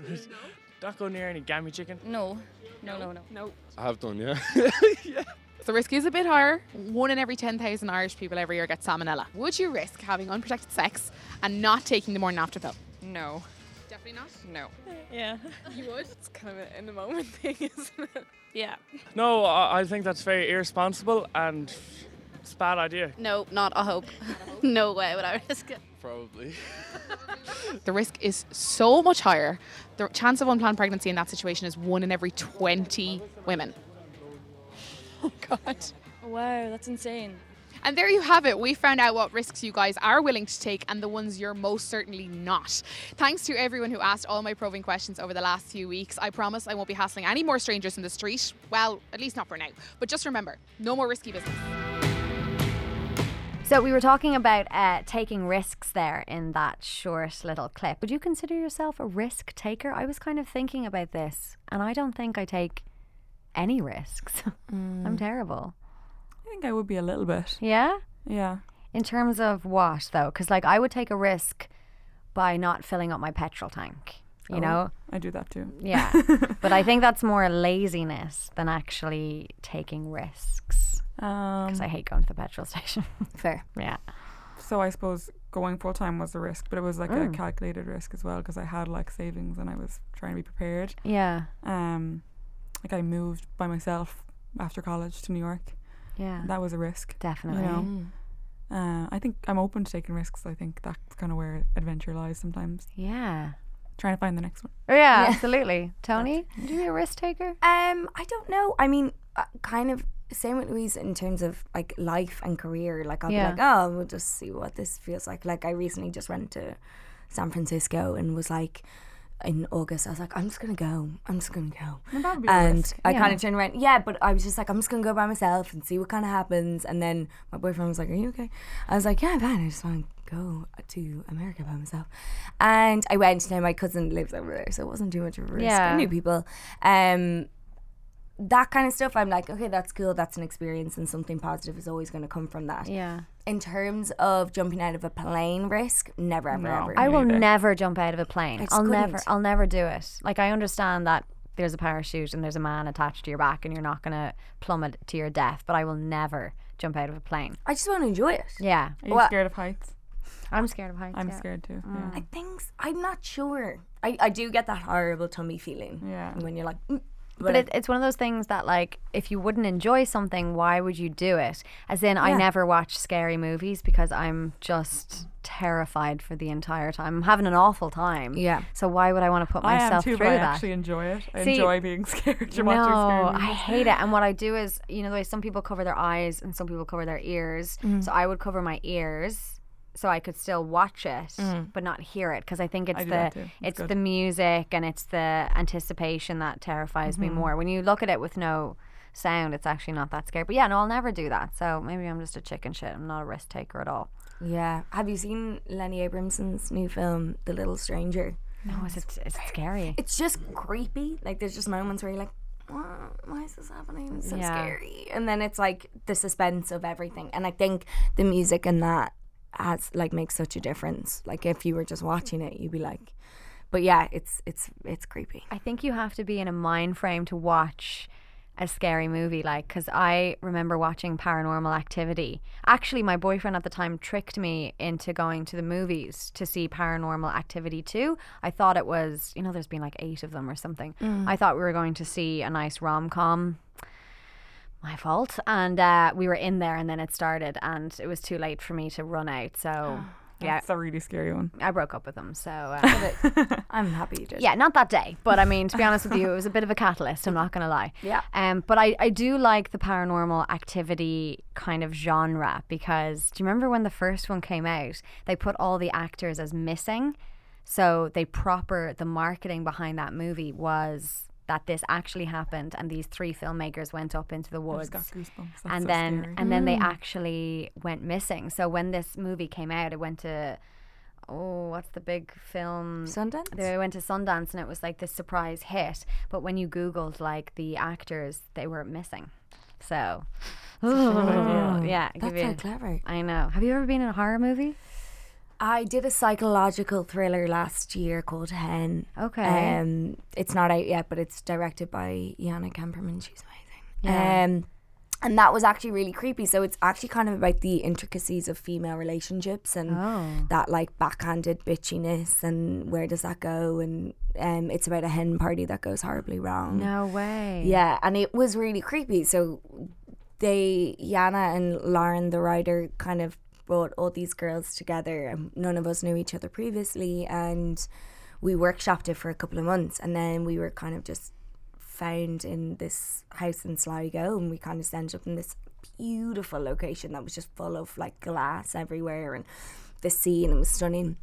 [SPEAKER 6] Don't go near any gammy chicken.
[SPEAKER 8] No. No. No. No.
[SPEAKER 6] No.
[SPEAKER 7] I have done, yeah.
[SPEAKER 5] The risk is a bit higher. 1 in every 10,000 Irish people every year get salmonella. Would you risk having unprotected sex and not taking the morning after pill?
[SPEAKER 6] No.
[SPEAKER 5] Definitely not.
[SPEAKER 6] No.
[SPEAKER 9] Yeah.
[SPEAKER 6] It's kind of an in the moment thing, isn't it?
[SPEAKER 9] Yeah.
[SPEAKER 10] No, I I think that's very irresponsible and it's a bad idea.
[SPEAKER 4] No, not a hope. no way would I risk it.
[SPEAKER 7] Probably.
[SPEAKER 5] The risk is so much higher. The chance of unplanned pregnancy in that situation is one in every 20 women. Oh, God.
[SPEAKER 8] Wow, that's insane.
[SPEAKER 5] And there you have it. We found out what risks you guys are willing to take and the ones you're most certainly not. Thanks to everyone who asked all my probing questions over the last few weeks. I promise I won't be hassling any more strangers in the street. Well, at least not for now. But just remember no more risky business.
[SPEAKER 1] So we were talking about uh, taking risks there in that short little clip. Would you consider yourself a risk taker? I was kind of thinking about this, and I don't think I take any risks. I'm terrible.
[SPEAKER 2] I think I would be a little bit.
[SPEAKER 1] Yeah.
[SPEAKER 2] Yeah.
[SPEAKER 1] In terms of what though, because like I would take a risk by not filling up my petrol tank. You know.
[SPEAKER 2] I do that too.
[SPEAKER 1] Yeah. but I think that's more laziness than actually taking risks.
[SPEAKER 2] Um,
[SPEAKER 1] Because I hate going to the petrol station.
[SPEAKER 3] Fair.
[SPEAKER 1] yeah.
[SPEAKER 2] So I suppose going full time was a risk, but it was like a
[SPEAKER 1] Mm.
[SPEAKER 2] calculated risk as well because I had like savings and I was trying to be prepared.
[SPEAKER 1] Yeah.
[SPEAKER 2] Um, like I moved by myself after college to New York.
[SPEAKER 1] Yeah.
[SPEAKER 2] That was a risk.
[SPEAKER 1] Definitely.
[SPEAKER 2] know.
[SPEAKER 8] Mm.
[SPEAKER 2] Uh, I think I'm open to taking risks. I think that's kind of where adventure lies sometimes.
[SPEAKER 1] Yeah.
[SPEAKER 2] Trying to find the next one.
[SPEAKER 1] Oh, Yeah, absolutely. Tony, would you be a risk taker?
[SPEAKER 3] Um, I don't know. I mean, uh, kind of same with Louise in terms of like life and career. Like I'll
[SPEAKER 1] Yeah.
[SPEAKER 3] be like, oh, we'll just see what this feels like. Like I recently just went to San Francisco and was like, in August, I was like, I'm just gonna go. I'm just gonna go. and I kind of turned around. Yeah, but I was just like, I'm just gonna go by myself and see what kind of happens. And then my boyfriend was like, Are you okay? I was like, Yeah, I'm fine. I just want to go to America by myself. And I went. Now my cousin lives over there, so it wasn't too much of a risk.
[SPEAKER 1] Yeah.
[SPEAKER 3] I knew people. Um, that kind of stuff. I'm like, okay, that's cool. That's an experience, and something positive is always going to come from that.
[SPEAKER 1] Yeah.
[SPEAKER 3] In terms of jumping out of a plane, risk never, ever,
[SPEAKER 2] No.
[SPEAKER 3] ever.
[SPEAKER 1] I will
[SPEAKER 2] either.
[SPEAKER 1] never jump out of a plane.
[SPEAKER 3] just
[SPEAKER 1] I'll never
[SPEAKER 3] couldn't.
[SPEAKER 1] I'll never do it. Like I understand that there's a parachute and there's a man attached to your back and you're not gonna plummet to your death, but I will never jump out of a plane.
[SPEAKER 3] I just want to enjoy it.
[SPEAKER 1] Yeah.
[SPEAKER 2] Are you
[SPEAKER 3] Well-
[SPEAKER 2] scared of heights?
[SPEAKER 1] I'm scared of heights.
[SPEAKER 2] I'm
[SPEAKER 1] yeah. Mm.
[SPEAKER 2] scared too. Yeah.
[SPEAKER 3] I think s- I'm not sure. I, I do get that horrible tummy feeling.
[SPEAKER 2] Yeah.
[SPEAKER 3] When you're like, mm,
[SPEAKER 1] But it, it's one of those things that, like, if you wouldn't enjoy something, why would you do it? As in, I never watch scary movies because I'm just terrified for the entire time. I'm having an awful time.
[SPEAKER 3] Yeah.
[SPEAKER 1] So why would I want to put
[SPEAKER 2] I am
[SPEAKER 1] myself
[SPEAKER 2] too, but
[SPEAKER 1] through
[SPEAKER 2] I
[SPEAKER 1] that?
[SPEAKER 2] actually enjoy it. I
[SPEAKER 1] See-
[SPEAKER 2] enjoy being scared. You're watching scary
[SPEAKER 1] No,
[SPEAKER 2] movies.
[SPEAKER 1] I hate it. And what I do is, you know, the way some people cover their eyes and some people cover their ears.
[SPEAKER 2] Mm.
[SPEAKER 1] So I would cover my ears so I could still watch it, but not hear it because I think it's
[SPEAKER 2] Mm. do
[SPEAKER 1] the
[SPEAKER 2] that too. It's
[SPEAKER 1] it's
[SPEAKER 2] good.
[SPEAKER 1] the music and it's the anticipation that terrifies
[SPEAKER 2] Mm-hmm.
[SPEAKER 1] me more. When you look at it with no sound, it's actually not that scary. But yeah, no, I'll never do that. So maybe I'm just a chicken shit. I'm not a risk taker at all.
[SPEAKER 3] yeah. Have you seen Lenny Abramson's new film, The Little Stranger?
[SPEAKER 1] No, it's Oh, it's, it's scary.
[SPEAKER 3] It's just creepy. Like there's just moments where you're like, "Wha- why is this happening? It's so
[SPEAKER 1] Yeah.
[SPEAKER 3] scary. And then it's like the suspense of everything. And I think the music and that has like makes such a difference. Like if you were just watching it, you'd be like, but yeah, it's it's it's creepy.
[SPEAKER 1] I think you have to be in a mind frame to watch a scary movie like because i remember watching paranormal activity actually my boyfriend at the time tricked me into going to the movies to see paranormal activity 2 i thought it was you know there's been like eight of them or something i thought we were going to see a nice rom-com my fault and uh, we were in there and then it started and it was too late for me to run out so yeah
[SPEAKER 2] It's a really scary one.
[SPEAKER 1] i broke up with him so uh,
[SPEAKER 3] I'm happy you did.
[SPEAKER 1] yeah, not that day, but I mean, to be honest with you, it was a bit of a catalyst. I'm not going to lie.
[SPEAKER 3] Yeah.
[SPEAKER 1] Um, but I, I do like the paranormal activity kind of genre because do you remember when the first one came out? They put all the actors as missing, so they proper the marketing behind that movie was that this actually happened and these three filmmakers went up into the
[SPEAKER 2] I
[SPEAKER 1] woods
[SPEAKER 2] just got goosebumps. That's
[SPEAKER 1] and
[SPEAKER 2] so
[SPEAKER 1] then
[SPEAKER 2] scary.
[SPEAKER 1] and then they actually went missing. So when this movie came out, it went to oh, what's the big film?
[SPEAKER 3] Sundance?
[SPEAKER 1] They went to Sundance, and it was like this surprise hit. But when you googled like the actors, they were missing. So yeah, give
[SPEAKER 3] That's
[SPEAKER 1] you-
[SPEAKER 3] so clever.
[SPEAKER 1] I know. Have you ever been in a horror movie?
[SPEAKER 3] I did a psychological thriller last year called Hen.
[SPEAKER 1] Okay.
[SPEAKER 3] Um, it's not out yet, but it's directed by Yana Kemperman. She's amazing.
[SPEAKER 1] Yeah.
[SPEAKER 3] Um, and that was actually really creepy. So it's actually kind of about the intricacies of female relationships and
[SPEAKER 1] Oh.
[SPEAKER 3] that like backhanded bitchiness and where does that go? And um, it's about a hen party that goes horribly wrong.
[SPEAKER 1] Oh, No way.
[SPEAKER 3] Mm. Yeah, and it was really creepy. So they, Yana and Lauren, the writer, kind of brought all these girls together, and none of us knew each other previously, and we workshopped it for a couple of months, and then we were kind of just found in this house in Sligo, and we kind of ended up in this beautiful location that was just full of like glass everywhere and the sea, and it was stunning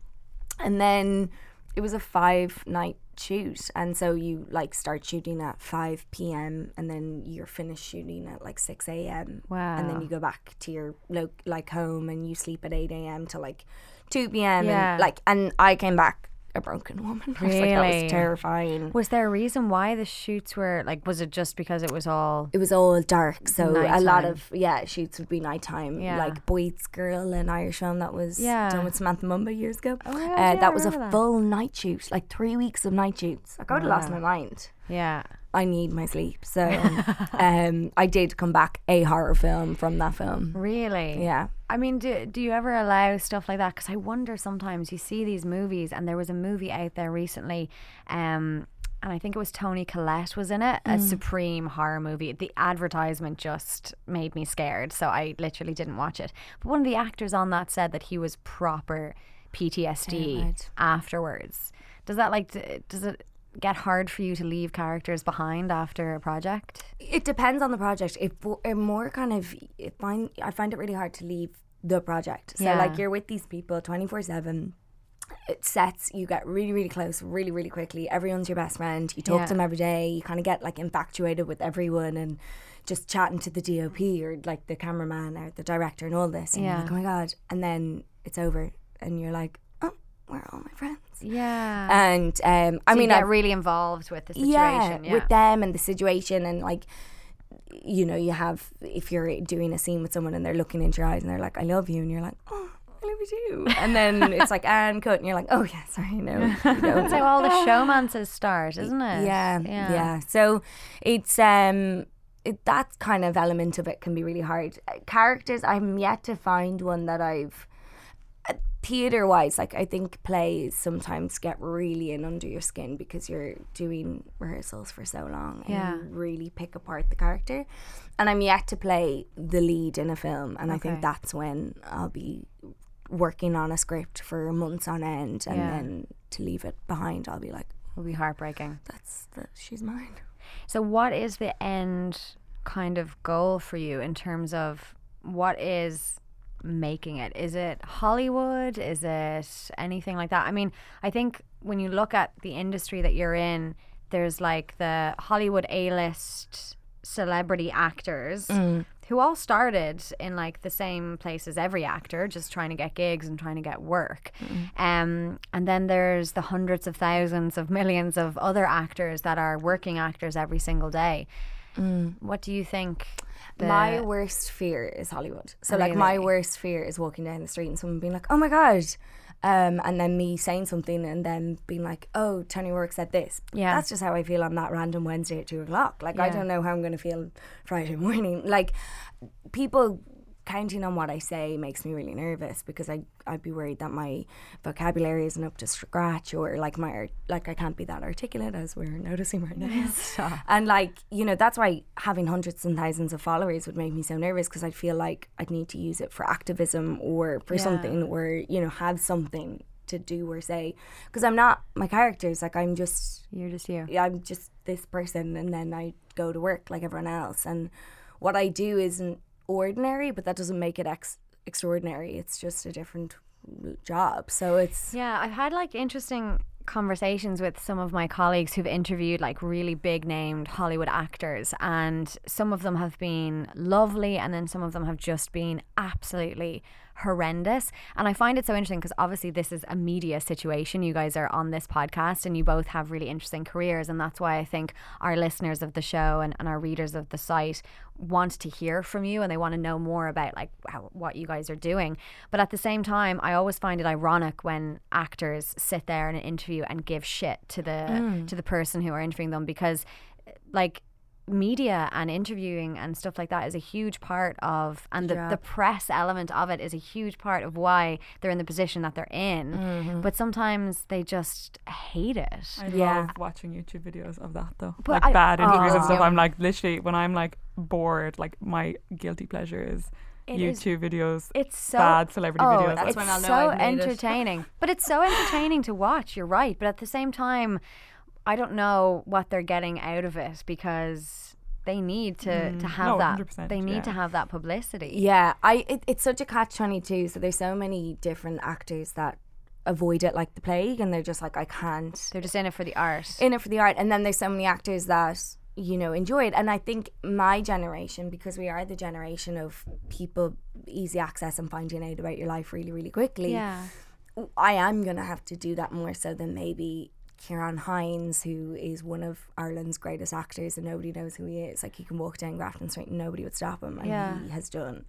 [SPEAKER 3] and then it was a five night shoot and so you like start shooting at 5 p.m and then you're finished shooting at like 6 a.m and
[SPEAKER 1] Wow.
[SPEAKER 3] then you go back to your lo- like home and you sleep at 8 a.m till like 2 p.m
[SPEAKER 1] Yeah.
[SPEAKER 3] and like and i came back a broken woman I was like, that
[SPEAKER 1] Really?
[SPEAKER 3] was terrifying
[SPEAKER 1] Was there a reason why the shoots were like? Was it just because it was all?
[SPEAKER 3] it was all dark so a
[SPEAKER 1] Nighttime.
[SPEAKER 3] lot of yeah shoots would be nighttime
[SPEAKER 1] Yeah.
[SPEAKER 3] like Boyd's Girl an Irish film that was
[SPEAKER 1] Yeah.
[SPEAKER 3] done with Samantha Mumba years ago
[SPEAKER 1] Oh my God,
[SPEAKER 3] uh,
[SPEAKER 1] yeah, I
[SPEAKER 3] that was a
[SPEAKER 1] remember that.
[SPEAKER 3] full night shoot like three weeks of night shoots like I would have lost my mind
[SPEAKER 1] Yeah.
[SPEAKER 3] I need my sleep. So um, I did come back a horror film from that film.
[SPEAKER 1] Really?
[SPEAKER 3] Yeah.
[SPEAKER 1] I mean, do, do you ever allow stuff like that? Because I wonder sometimes you see these movies, and there was a movie out there recently, um, and I think it was Tony Collette was in it,
[SPEAKER 3] Hmm.
[SPEAKER 1] a supreme horror movie. The advertisement just made me scared, so I literally didn't watch it. But one of the actors on that said that he was proper PTSD
[SPEAKER 3] Terrified.
[SPEAKER 1] afterwards. Does that like d- does it get hard for you to leave characters behind after a project?
[SPEAKER 3] It depends on the project. It, fo- it more kind of it find I find it really hard to leave the project. So
[SPEAKER 1] Yeah.
[SPEAKER 3] like you're with these people twenty four seven. It sets you get really really close really really quickly. Everyone's your best friend. You talk
[SPEAKER 1] Yeah.
[SPEAKER 3] to them every day. You kind of get like infatuated with everyone and just chatting to the DOP or like the cameraman or the director and all this. And
[SPEAKER 1] Yeah.
[SPEAKER 3] you're like oh my god. And then it's over and you're like oh where are all my friends?
[SPEAKER 1] Yeah.
[SPEAKER 3] And um, I
[SPEAKER 1] I mean,
[SPEAKER 3] mean
[SPEAKER 1] Uh-huh. Uh, get
[SPEAKER 3] I
[SPEAKER 1] really involved with the situation.
[SPEAKER 3] yeah,
[SPEAKER 1] Yeah,
[SPEAKER 3] with them and the situation and like you know you have if you're doing a scene with someone and they're looking into your eyes and they're like i love you and you're like oh i love you too and then it's like and cut and you're like oh yeah sorry no you don't.
[SPEAKER 1] That's how all the showmances start, isn't it?
[SPEAKER 3] yeah, yeah so it's um it, that kind of element of it can be really hard Uh, characters i'm yet to find one that i've theater wise like i think plays sometimes get really in under your skin because you're doing rehearsals for so long and
[SPEAKER 1] Yeah.
[SPEAKER 3] you really pick apart the character and i'm yet to play the lead in a film and i
[SPEAKER 1] Okay.
[SPEAKER 3] think that's when i'll be working on a script for months on end and
[SPEAKER 1] Yeah.
[SPEAKER 3] then to leave it behind i'll be like
[SPEAKER 1] It'll be heartbreaking.
[SPEAKER 3] that's the, she's mine
[SPEAKER 1] So, what is the end kind of goal for you in terms of what is making it? Is it Hollywood? Is it anything like that? I mean, I think when you look at the industry that you're in, there's like the Hollywood A list celebrity actors who all started in like the same place as every actor, just trying to get gigs and trying to get work. Um, and then there's the hundreds of thousands of millions of other actors that are working actors every single day. What do you think? the-
[SPEAKER 3] my worst fear is Hollywood. So like my
[SPEAKER 1] Really?
[SPEAKER 3] worst fear is walking down the street and someone being like, "Oh my god," um, and then me saying something and then being like, "Oh, Tony Rourke said this."
[SPEAKER 1] Yeah.
[SPEAKER 3] that's just how I feel on that random Wednesday at two o'clock. Like I
[SPEAKER 1] Yeah.
[SPEAKER 3] don't know how I'm going to feel Friday morning. Like people counting on what I say makes me really nervous because I I'd be worried that my vocabulary isn't up to scratch or like my art- like I can't be that articulate as we're noticing right now. And like you know that's why having hundreds and thousands of followers would make me so nervous because I'd feel like I'd need to use it for activism or for something or you know have something to do or say because I'm not my characters like I'm just
[SPEAKER 1] You're just you.
[SPEAKER 3] I'm just this person, and then I go to work like everyone else. And what I do isn't ordinary, but that doesn't make it ex- extraordinary. It's just a different job. So it's
[SPEAKER 1] Yeah, I've had like interesting conversations with some of my colleagues who've interviewed like really big named Hollywood actors and some of them have been lovely and then some of them have just been absolutely horrendous and I find it so interesting because obviously this is a media situation you guys are on this podcast and you both have really interesting careers and that's why I think our listeners of the show and, and our readers of the site want to hear from you and they want to know more about like how, what you guys are doing but at the same time i always find it ironic when actors sit there in an interview and give shit to the to the person who are interviewing them because like media and interviewing and stuff like that is a huge part of and the, the press element of it is a huge part of why they're in the position that they're in but sometimes they just hate it
[SPEAKER 2] Mm-hmm. I
[SPEAKER 3] Yeah.
[SPEAKER 2] love watching YouTube videos of that though.
[SPEAKER 1] But
[SPEAKER 2] like
[SPEAKER 1] I-
[SPEAKER 2] bad interviews
[SPEAKER 1] Oh.
[SPEAKER 2] and stuff. I'm like literally when I'm like bored, like my guilty pleasure is
[SPEAKER 1] It is-
[SPEAKER 2] YouTube videos.
[SPEAKER 1] it's so
[SPEAKER 2] bad celebrity
[SPEAKER 1] oh,
[SPEAKER 2] videos.
[SPEAKER 1] It's
[SPEAKER 2] That's
[SPEAKER 8] when I'll know
[SPEAKER 1] so
[SPEAKER 8] I've made it.
[SPEAKER 1] entertaining, but it's so entertaining to watch. You're right, but at the same time, I don't know what they're getting out of it because they need to to have
[SPEAKER 2] Mm-hmm. No,
[SPEAKER 1] that.
[SPEAKER 2] 100%,
[SPEAKER 1] They need to
[SPEAKER 2] yeah.
[SPEAKER 1] have that publicity.
[SPEAKER 3] yeah, I it, it's such a catch twenty two. So there's so many different actors that avoid it like the plague, and they're just like I can't.
[SPEAKER 1] They're just in it for the art.
[SPEAKER 3] in it for the art and then there's so many actors that you know enjoy it and i think my generation because we are the generation of people easy access and finding out about your life really really quickly
[SPEAKER 1] yeah,
[SPEAKER 3] i am going to have to do that more so than maybe Kieran Hines, who is one of Ireland's greatest actors, and nobody knows who he is. Like he can walk down Grafton Street and nobody would stop him, and
[SPEAKER 1] Yeah.
[SPEAKER 3] he has done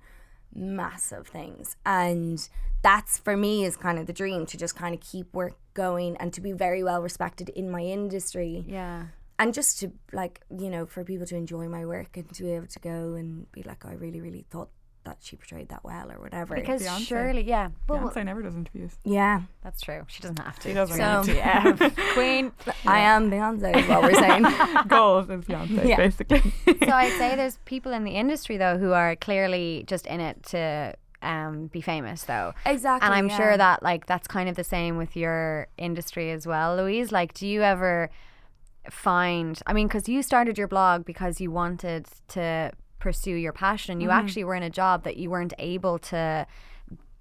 [SPEAKER 3] massive things. And that's for me is kind of the dream to just kind of keep work going and to be very well respected in my industry
[SPEAKER 1] yeah.
[SPEAKER 3] and just to like you know for people to enjoy my work and to be able to go and be like, I really really thought that she portrayed that well or whatever.
[SPEAKER 1] Because
[SPEAKER 2] Beyonce.
[SPEAKER 1] surely, yeah. Well,
[SPEAKER 2] Beyonce never does interviews.
[SPEAKER 3] yeah,
[SPEAKER 1] that's true. She doesn't have to.
[SPEAKER 2] She doesn't
[SPEAKER 3] So-
[SPEAKER 2] really
[SPEAKER 1] yeah. Queen.
[SPEAKER 3] I am Beyonce. Is what we're saying.
[SPEAKER 2] do. Goals is Beyonce,
[SPEAKER 3] Yeah.
[SPEAKER 2] basically.
[SPEAKER 1] so I'd say there's people in the industry though who are clearly just in it to um, be famous though.
[SPEAKER 3] Exactly,
[SPEAKER 1] And I'm
[SPEAKER 3] yeah.
[SPEAKER 1] sure that like that's kind of the same with your industry as well, Louise. Like, do you ever find? I mean, because you started your blog because you wanted to pursue your passion, and you
[SPEAKER 3] Mm-hmm.
[SPEAKER 1] actually were in a job that you weren't able to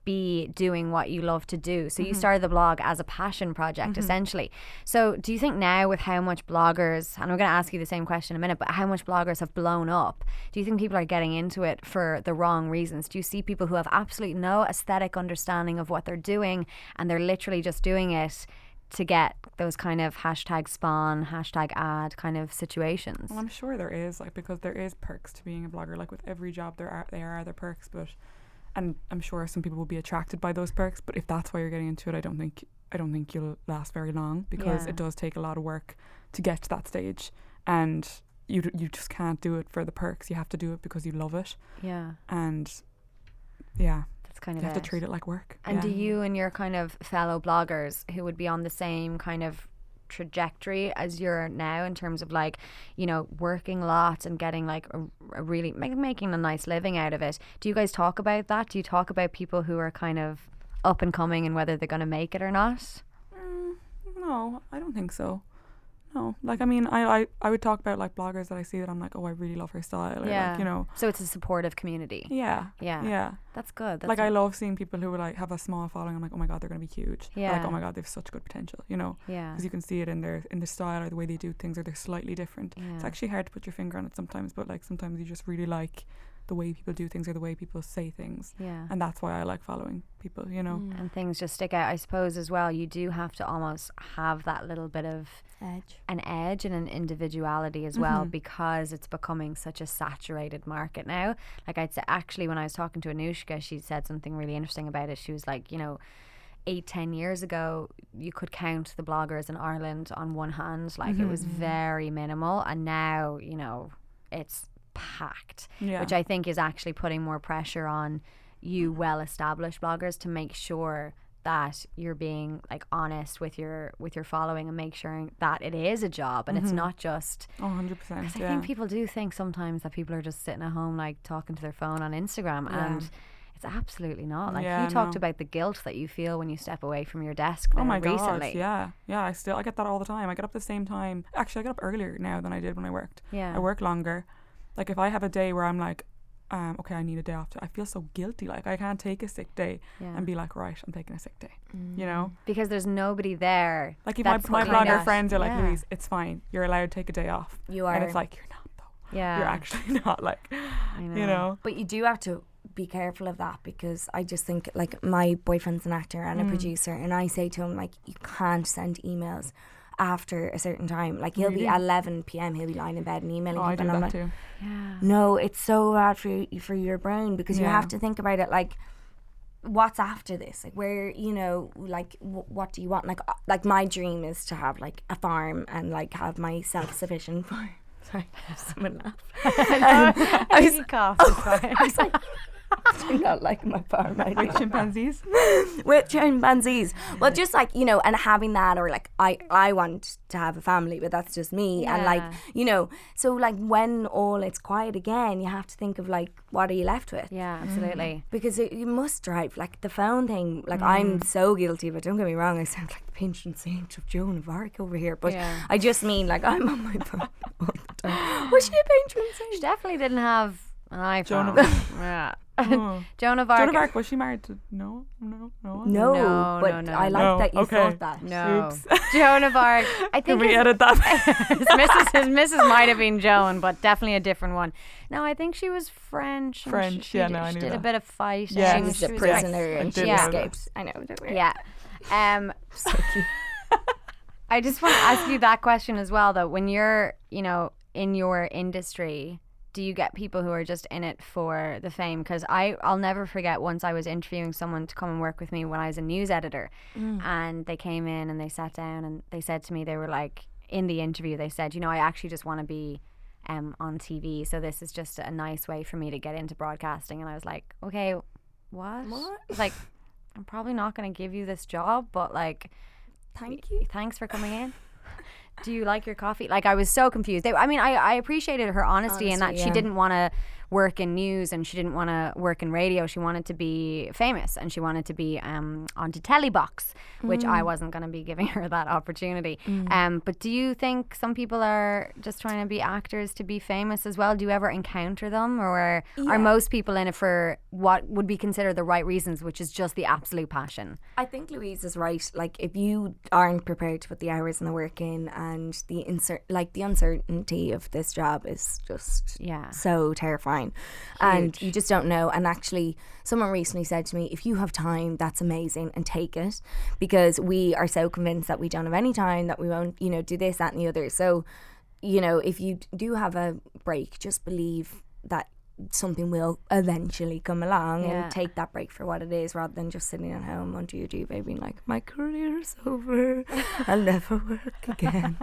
[SPEAKER 1] be doing what you love to do. So you
[SPEAKER 2] Mm-hmm.
[SPEAKER 1] started the blog as a passion project, essentially. So do you think now, with how much bloggers, and I'm going to ask you the same question in a minute, but how much bloggers have blown up, do you think people are getting into it for the wrong reasons? Do you see people who have absolutely no aesthetic understanding of what they're doing and they're literally just doing it? To get those kind of hashtag spawn, hashtag ad kind of situations.
[SPEAKER 2] Well, I'm sure there is, like, because there is perks to being a blogger. Like with every job, there are there are other perks, but and I'm sure some people will be attracted by those perks. But if that's why you're getting into it, I don't think I don't think you'll last very long because
[SPEAKER 1] Yeah.
[SPEAKER 2] it does take a lot of work to get to that stage, and you d- you just can't do it for the perks. You have to do it because you love it,
[SPEAKER 1] Yeah,
[SPEAKER 2] and yeah,
[SPEAKER 1] that's kind
[SPEAKER 2] you
[SPEAKER 1] of
[SPEAKER 2] have to
[SPEAKER 1] it.
[SPEAKER 2] treat it like work.
[SPEAKER 1] And
[SPEAKER 2] yeah.
[SPEAKER 1] do you and your kind of fellow bloggers who would be on the same kind of trajectory as you're now in terms of like, you know, working lots and getting like a, a really ma- making a nice living out of it? Do you guys talk about that? Do you talk about people who are kind of up and coming and whether they're going to make it or not?
[SPEAKER 2] No, I don't think so. No, like I mean, I, I I would talk about like bloggers that I see that I'm like, oh, I really love her style, or like you know,
[SPEAKER 1] So it's a supportive community.
[SPEAKER 2] yeah,
[SPEAKER 1] Yeah.
[SPEAKER 2] yeah.
[SPEAKER 1] That's good. That's
[SPEAKER 2] like I love seeen people who are like have a small following. I'm like, oh my god, they're gonna be huge. Or,
[SPEAKER 1] Yeah.
[SPEAKER 2] Like oh my god, they have such good potential. You know,
[SPEAKER 1] Yeah.
[SPEAKER 2] because you can see it in their in their style or the way they do things, or they're slightly different. It's
[SPEAKER 1] Yeah.
[SPEAKER 2] actually hard to put your finger on it sometimes, but like sometimes you just really like the way people do things or the way people say things,
[SPEAKER 1] Yeah. Mm.
[SPEAKER 2] and that's why I like following people. You know,
[SPEAKER 1] And things just stick out. I suppose as well, you do have to almost have that little bit of
[SPEAKER 3] Edge.
[SPEAKER 1] an edge and an individuality as well because it's becoming such a saturated market now. Like I'd say, actually, when I was talking to Anushka, she said something really interesting about it. She was like, you know, eight, ten years ago, you could count the bloggers in Ireland on one hand. Like it was very minimal, and now you know it's packed,
[SPEAKER 2] Yeah. Mm-hmm.
[SPEAKER 1] which I think is actually putting more pressure on you well-established bloggers to make sure that you're being like honest with your with your following and make sure that it is a job and it's not just
[SPEAKER 2] oh, 100 percent.
[SPEAKER 1] 'cause I
[SPEAKER 2] Yeah,
[SPEAKER 1] think people do think sometimes that people are just sitting at home like talking to their phone on Instagram and it's absolutely not. Like
[SPEAKER 2] Yeah,
[SPEAKER 1] you talked
[SPEAKER 2] no.
[SPEAKER 1] about the guilt that you feel when you step away from your desk
[SPEAKER 2] Oh
[SPEAKER 1] there
[SPEAKER 2] my
[SPEAKER 1] recently.
[SPEAKER 2] gosh, yeah, yeah. I still I get that all the time. I get up the same time. Actually, I get up earlier now than I did when I worked.
[SPEAKER 1] Yeah.
[SPEAKER 2] I work longer. Like if I have a day where I'm like, um, okay, I need a day off. I feel so guilty. Like I can't take a sick day
[SPEAKER 1] Yeah.
[SPEAKER 2] and be like, right, I'm taking a sick day. You know,
[SPEAKER 1] Because there's nobody there.
[SPEAKER 2] like if
[SPEAKER 1] that's
[SPEAKER 2] my my
[SPEAKER 1] looking
[SPEAKER 2] blogger
[SPEAKER 1] at-
[SPEAKER 2] friends are like,
[SPEAKER 1] yeah.
[SPEAKER 2] Louise, it's fine. You're allowed to take a day off.
[SPEAKER 3] You
[SPEAKER 2] And
[SPEAKER 3] are.
[SPEAKER 2] it's like you're not though.
[SPEAKER 1] Yeah.
[SPEAKER 2] You're actually not. Like, you know.
[SPEAKER 3] But you do have to be careful of that because I just think like my boyfriend's an actor and a producer, and I say to him like you can't send emails after a certain time. Like he'll be eleven p.m. He'll be lying in bed and emailing.
[SPEAKER 2] Oh, I do
[SPEAKER 3] people, and I'm
[SPEAKER 2] that
[SPEAKER 3] like,
[SPEAKER 2] too.
[SPEAKER 3] No, it's so bad for y- for your brain because you
[SPEAKER 2] Yeah.
[SPEAKER 3] have to think about it like. What's after this? Like, where you know, like, wh- what do you want? Like, uh, like my dream is to have like a farm and like have my self-sufficient farm. Sorry, someone laughed. I was-
[SPEAKER 1] You cough.
[SPEAKER 3] I was like, I do not like my farm. I
[SPEAKER 2] Like chimpanzees.
[SPEAKER 3] with chimpanzees. Well, just like you know, and having that, or like I, I want to have a family, but that's just me. And like
[SPEAKER 1] Yeah.
[SPEAKER 3] you know, so like when all it's quiet again, you have to think of like what are you left with?
[SPEAKER 2] Mm.
[SPEAKER 1] yeah, absolutely.
[SPEAKER 3] Because it, you must drive like the phone thing. Like
[SPEAKER 1] Mm.
[SPEAKER 3] I'm so guilty, but don't get me wrong, I sound like the patient saint of Joan of Arc over here. But
[SPEAKER 1] Yeah.
[SPEAKER 3] I just mean like I'm on my phone all the time. Was she a patron
[SPEAKER 1] She
[SPEAKER 3] saint?
[SPEAKER 1] definitely didn't have an iPhone.
[SPEAKER 2] Joan of-
[SPEAKER 1] yeah.
[SPEAKER 2] Oh.
[SPEAKER 1] Joan of Arc.
[SPEAKER 2] Joan of Arc was she married to no no no? one?
[SPEAKER 3] No,
[SPEAKER 1] No,
[SPEAKER 3] but
[SPEAKER 1] no, no,
[SPEAKER 3] I
[SPEAKER 1] no,
[SPEAKER 3] like
[SPEAKER 2] no.
[SPEAKER 3] that you
[SPEAKER 2] Okay.
[SPEAKER 3] thought that.
[SPEAKER 1] No.
[SPEAKER 2] Oops.
[SPEAKER 1] Joan of Arc. I think
[SPEAKER 2] Can we
[SPEAKER 1] it's-
[SPEAKER 2] edit that?
[SPEAKER 1] his missus, his missus might have been Joan, but definitely a different one. No, I think she was French. and
[SPEAKER 2] French,
[SPEAKER 1] she,
[SPEAKER 2] yeah,
[SPEAKER 1] she,
[SPEAKER 2] no, I
[SPEAKER 1] she
[SPEAKER 2] knew
[SPEAKER 1] did a
[SPEAKER 2] that.
[SPEAKER 1] bit of fighting.
[SPEAKER 2] Yeah,
[SPEAKER 3] She was a
[SPEAKER 2] Yes.
[SPEAKER 3] prisoner
[SPEAKER 2] I
[SPEAKER 3] and she
[SPEAKER 2] did
[SPEAKER 1] know that.
[SPEAKER 3] escaped. I know. Don't worry.
[SPEAKER 1] Yeah. Um, I just want to ask you that question as well, though. When you're, you know, in your industry, do you get people who are just in it for the fame? Because I, I'll never forget once I was interviewing someone to come and work with me when I was a news editor, and they came in and they sat down and they said to me, they were like, in the interview they said, you know, I actually just want to be um, on TV, so this is just a nice way for me to get into broadcasting. And I was like, okay, what? What? Like, I'm probably not going to give you this job, but like,
[SPEAKER 3] Thank you.
[SPEAKER 1] thanks for coming in. Do you like your coffee? Like I was so confused. They, I mean, I, I appreciated her honesty and that
[SPEAKER 3] Honesty,
[SPEAKER 1] she
[SPEAKER 3] yeah.
[SPEAKER 1] didn't want to work in news and she didn't want to work in radio. She wanted to be famous and she wanted to be um, on the telly box, which
[SPEAKER 3] Mm.
[SPEAKER 1] I wasn't going to be giving her that opportunity. Um, but do you think some people are just trying to be actors to be famous as well? Do you ever encounter them, or are most people in it for what would be considered the right reasons, which is just the absolute passion?
[SPEAKER 3] I think Louise is right. Like, if you aren't prepared to put the hours and the work in, and the insert, like the uncertainty of this job is just
[SPEAKER 1] Yeah.
[SPEAKER 3] so terrifying, and you just don't know. And actually, someone recently said to me, "If you have time, that's amazing, and take it," because we are so convinced that we don't have any time, that we won't, you know, do this, that, and the other. So, you know, if you d- do have a break, just believe that. Something will eventually come along
[SPEAKER 1] Yeah.
[SPEAKER 3] and take that break for what it is rather than just sitting at home on YouTube being like, my career's over. I'll never work again.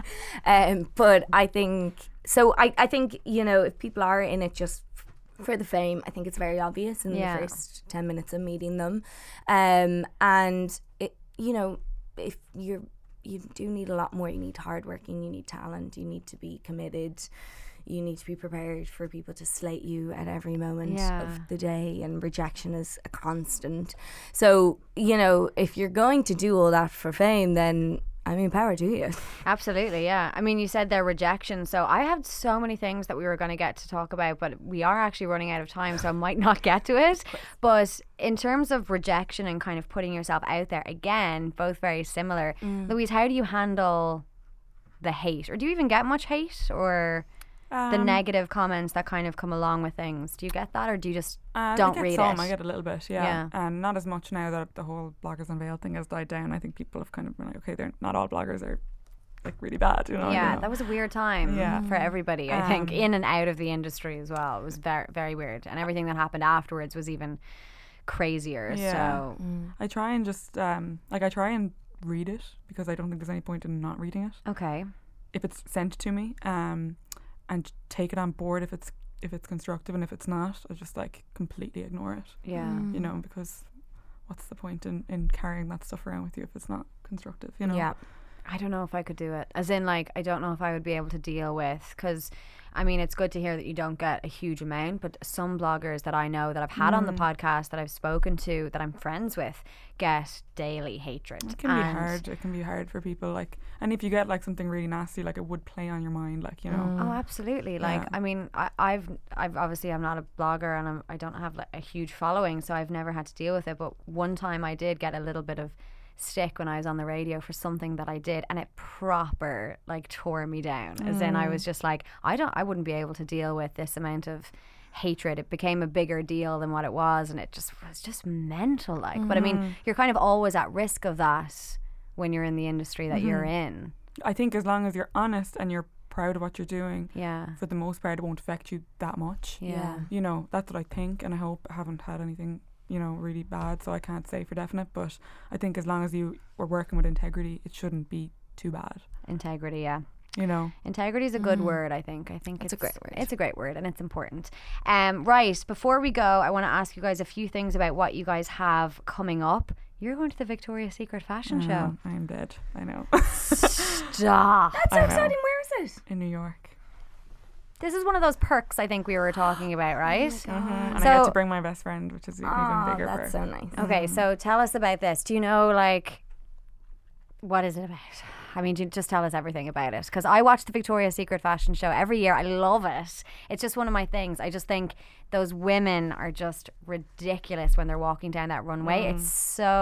[SPEAKER 3] um, but I think, so I, I think, you know, if people are in it just f- for the fame, I think it's very obvious in
[SPEAKER 1] Yeah.
[SPEAKER 3] the first 10 minutes of meeting them. Um, and, it, you know, if you're, you do need a lot more. You need hard working, you need talent, you need to be committed. You need to be prepared for people to slate you at every moment
[SPEAKER 1] Yeah.
[SPEAKER 3] of the day and rejection is a constant. So, you know, if you're going to do all that for fame, then I mean, power to you.
[SPEAKER 1] Absolutely, yeah. I mean, you said their rejection. So I had so many things that we were going to get to talk about, but we are actually running out of time, so I might not get to it. But in terms of rejection and kind of putting yourself out there, again, both very similar.
[SPEAKER 2] Mm.
[SPEAKER 1] Louise, how do you handle the hate? Or do you even get much hate or the
[SPEAKER 2] Um,
[SPEAKER 1] negative comments that kind of come along with things? Do you get that or do you just
[SPEAKER 2] Uh,
[SPEAKER 1] don't
[SPEAKER 2] I get
[SPEAKER 1] read
[SPEAKER 2] some.
[SPEAKER 1] it?
[SPEAKER 2] I get a little bit, yeah.
[SPEAKER 1] Yeah.
[SPEAKER 2] And not as much now that the whole bloggers unveiled thing has died down. I think people have kind of been like, okay, they're not all bloggers are like really bad, you know. you
[SPEAKER 1] yeah,
[SPEAKER 2] know.
[SPEAKER 1] that was a weird time
[SPEAKER 2] Yeah. Um,
[SPEAKER 1] for everybody, I think, in and out of the industry as well. It was very, very weird. And everything that happened afterwards was even crazier.
[SPEAKER 2] Yeah. Mm.
[SPEAKER 1] So,
[SPEAKER 2] I try and just um, like I try and read it because I don't think there's any point in not reading it
[SPEAKER 1] okay.
[SPEAKER 2] if it's sent to me, um, and take it on board if it's if it's constructive and if it's not, I just like completely ignore it,
[SPEAKER 1] Yeah.
[SPEAKER 2] you know, because what's the point in in carrying that stuff around with you if it's not constructive, you know?
[SPEAKER 1] I don't know if I could do it. As in, like, I don't know if I would be able to deal with, because, I mean, it's good to hear that you don't get a huge amount, but some bloggers that I know that I've had
[SPEAKER 2] Mm.
[SPEAKER 1] on the podcast, that I've spoken to, that I'm friends with, get daily hatred.
[SPEAKER 2] It can be
[SPEAKER 1] And-
[SPEAKER 2] hard. It can be hard for people. Like, and if you get like something really nasty, like it would play on your mind. Like, you know.
[SPEAKER 1] Oh, absolutely. Like, I mean, I, I've, I've obviously I'm not a blogger and I'm, I don't have like a huge following, so I've never had to deal with it. But one time I did get a little bit of stick when I was on the radio for something that I did, and it proper like tore me down. As in, I was just like, I don't, I wouldn't be able to deal with this amount of hatred it became a bigger deal than what it was and it just was just mental like but i mean you're kind of always at risk of that when you're in the industry that you're in
[SPEAKER 2] I think as long as you're honest and you're proud of what you're doing,
[SPEAKER 1] yeah
[SPEAKER 2] for the most part, it won't affect you that much.
[SPEAKER 1] yeah
[SPEAKER 2] You know, that's what I think, and I hope I haven't had anything, you know, really bad, so I can't say for definite. But I think as long as you were working with integrity, it shouldn't be too bad.
[SPEAKER 1] integrity yeah
[SPEAKER 2] You know.
[SPEAKER 1] Integrity is a good word, I think. I think
[SPEAKER 3] It's a great word.
[SPEAKER 1] It's a great word, and it's important. Um, right before we go, I want to ask you guys a few things about what you guys have coming up. You're going to the Victoria's Secret fashion
[SPEAKER 2] Mm.
[SPEAKER 1] show.
[SPEAKER 2] I am dead. I know.
[SPEAKER 1] Stop.
[SPEAKER 3] That's so
[SPEAKER 2] I know.
[SPEAKER 3] exciting. Where is it?
[SPEAKER 2] In New York.
[SPEAKER 1] This is one of those perks I think we were talking about, right?
[SPEAKER 2] And I get
[SPEAKER 1] Mm, So- Ah,
[SPEAKER 2] to bring my best friend, which is even bigger.
[SPEAKER 3] that's
[SPEAKER 2] perk.
[SPEAKER 3] so nice.
[SPEAKER 1] Okay, so tell us about this. Do you know like what is it about? I mean, ju- just tell us everything about it because I watch the Victoria's Secret fashion show every year. I love it. It's just one of my things. I just think those women are just ridiculous when they're walking down that runway. It's so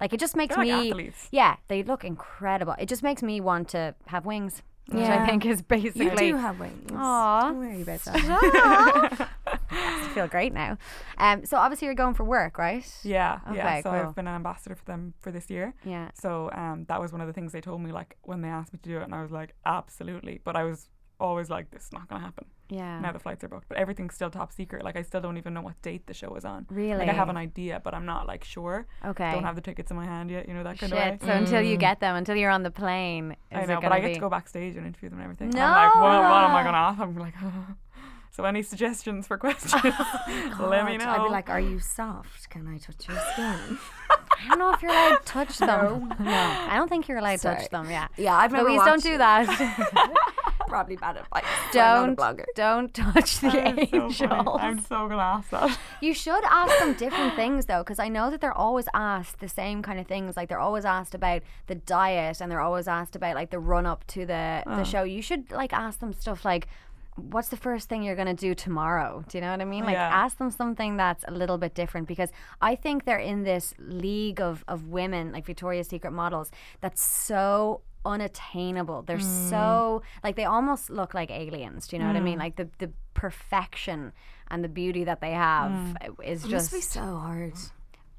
[SPEAKER 1] like it just makes
[SPEAKER 2] They're
[SPEAKER 1] me
[SPEAKER 2] like athletes.
[SPEAKER 1] yeah, they look incredible. It just makes me want to have wings, which I
[SPEAKER 3] Yeah.
[SPEAKER 1] think is basically
[SPEAKER 3] You do have wings.
[SPEAKER 1] Aw.
[SPEAKER 3] Don't worry about that.
[SPEAKER 1] I feel great now. Um, so obviously you're going for work, right?
[SPEAKER 2] Yeah,
[SPEAKER 1] Okay,
[SPEAKER 2] yeah. So
[SPEAKER 1] cool.
[SPEAKER 2] I've been an ambassador for them for this year.
[SPEAKER 1] Yeah.
[SPEAKER 2] So um, that was one of the things they told me, like when they asked me to do it, and I was like, absolutely. But I was always like, this is not going to happen.
[SPEAKER 1] Yeah.
[SPEAKER 2] Now the flights are booked, but everything's still top secret. Like I still don't even know what date the show is on. Like
[SPEAKER 1] Really?
[SPEAKER 2] I have an idea, but I'm not like sure.
[SPEAKER 1] Okay.
[SPEAKER 2] Don't have the tickets in my hand yet. You know that kind
[SPEAKER 1] Shit.
[SPEAKER 2] of
[SPEAKER 1] So
[SPEAKER 2] way.
[SPEAKER 1] until
[SPEAKER 3] Mm.
[SPEAKER 1] you get them, until you're on the plane, is
[SPEAKER 2] I
[SPEAKER 1] it
[SPEAKER 2] know, but
[SPEAKER 1] gonna
[SPEAKER 2] I get
[SPEAKER 1] be-
[SPEAKER 2] to go backstage and interview them and everything. I'm like, well, what am I
[SPEAKER 1] No.
[SPEAKER 2] gonna ask? I'm like, so any suggestions for questions? Let me know.
[SPEAKER 3] I'd be like, are you soft? Can I touch your skin?
[SPEAKER 1] I don't know if you're allowed to touch them. no. I don't think you're allowed to
[SPEAKER 3] Sorry.
[SPEAKER 1] touch them. Yeah.
[SPEAKER 3] Yeah, I've never
[SPEAKER 1] Louise,
[SPEAKER 3] watched
[SPEAKER 1] don't do
[SPEAKER 3] it.
[SPEAKER 1] that.
[SPEAKER 3] Probably bad advice. for another
[SPEAKER 1] don't.
[SPEAKER 3] blogger.
[SPEAKER 1] Don't touch the
[SPEAKER 2] That is so
[SPEAKER 1] angels.
[SPEAKER 2] funny. I'm so gonna ask that.
[SPEAKER 1] You should ask them different things though, because I know that they're always asked the same kind of things. Like they're always asked about the diet, and they're always asked about like the run up to the the show. You should like ask them stuff like, "What's the first thing you're gonna do tomorrow?" Do you know what I mean? Like
[SPEAKER 2] Yeah.
[SPEAKER 1] ask them something that's a little bit different because I think they're in this league of of women like Victoria's Secret models that's so unattainable. They're so
[SPEAKER 3] Mm.
[SPEAKER 1] like they almost look like aliens. Do you know what I mean? Like the the perfection and the beauty that they have is
[SPEAKER 3] Mm. It must
[SPEAKER 1] just.
[SPEAKER 3] be so hard.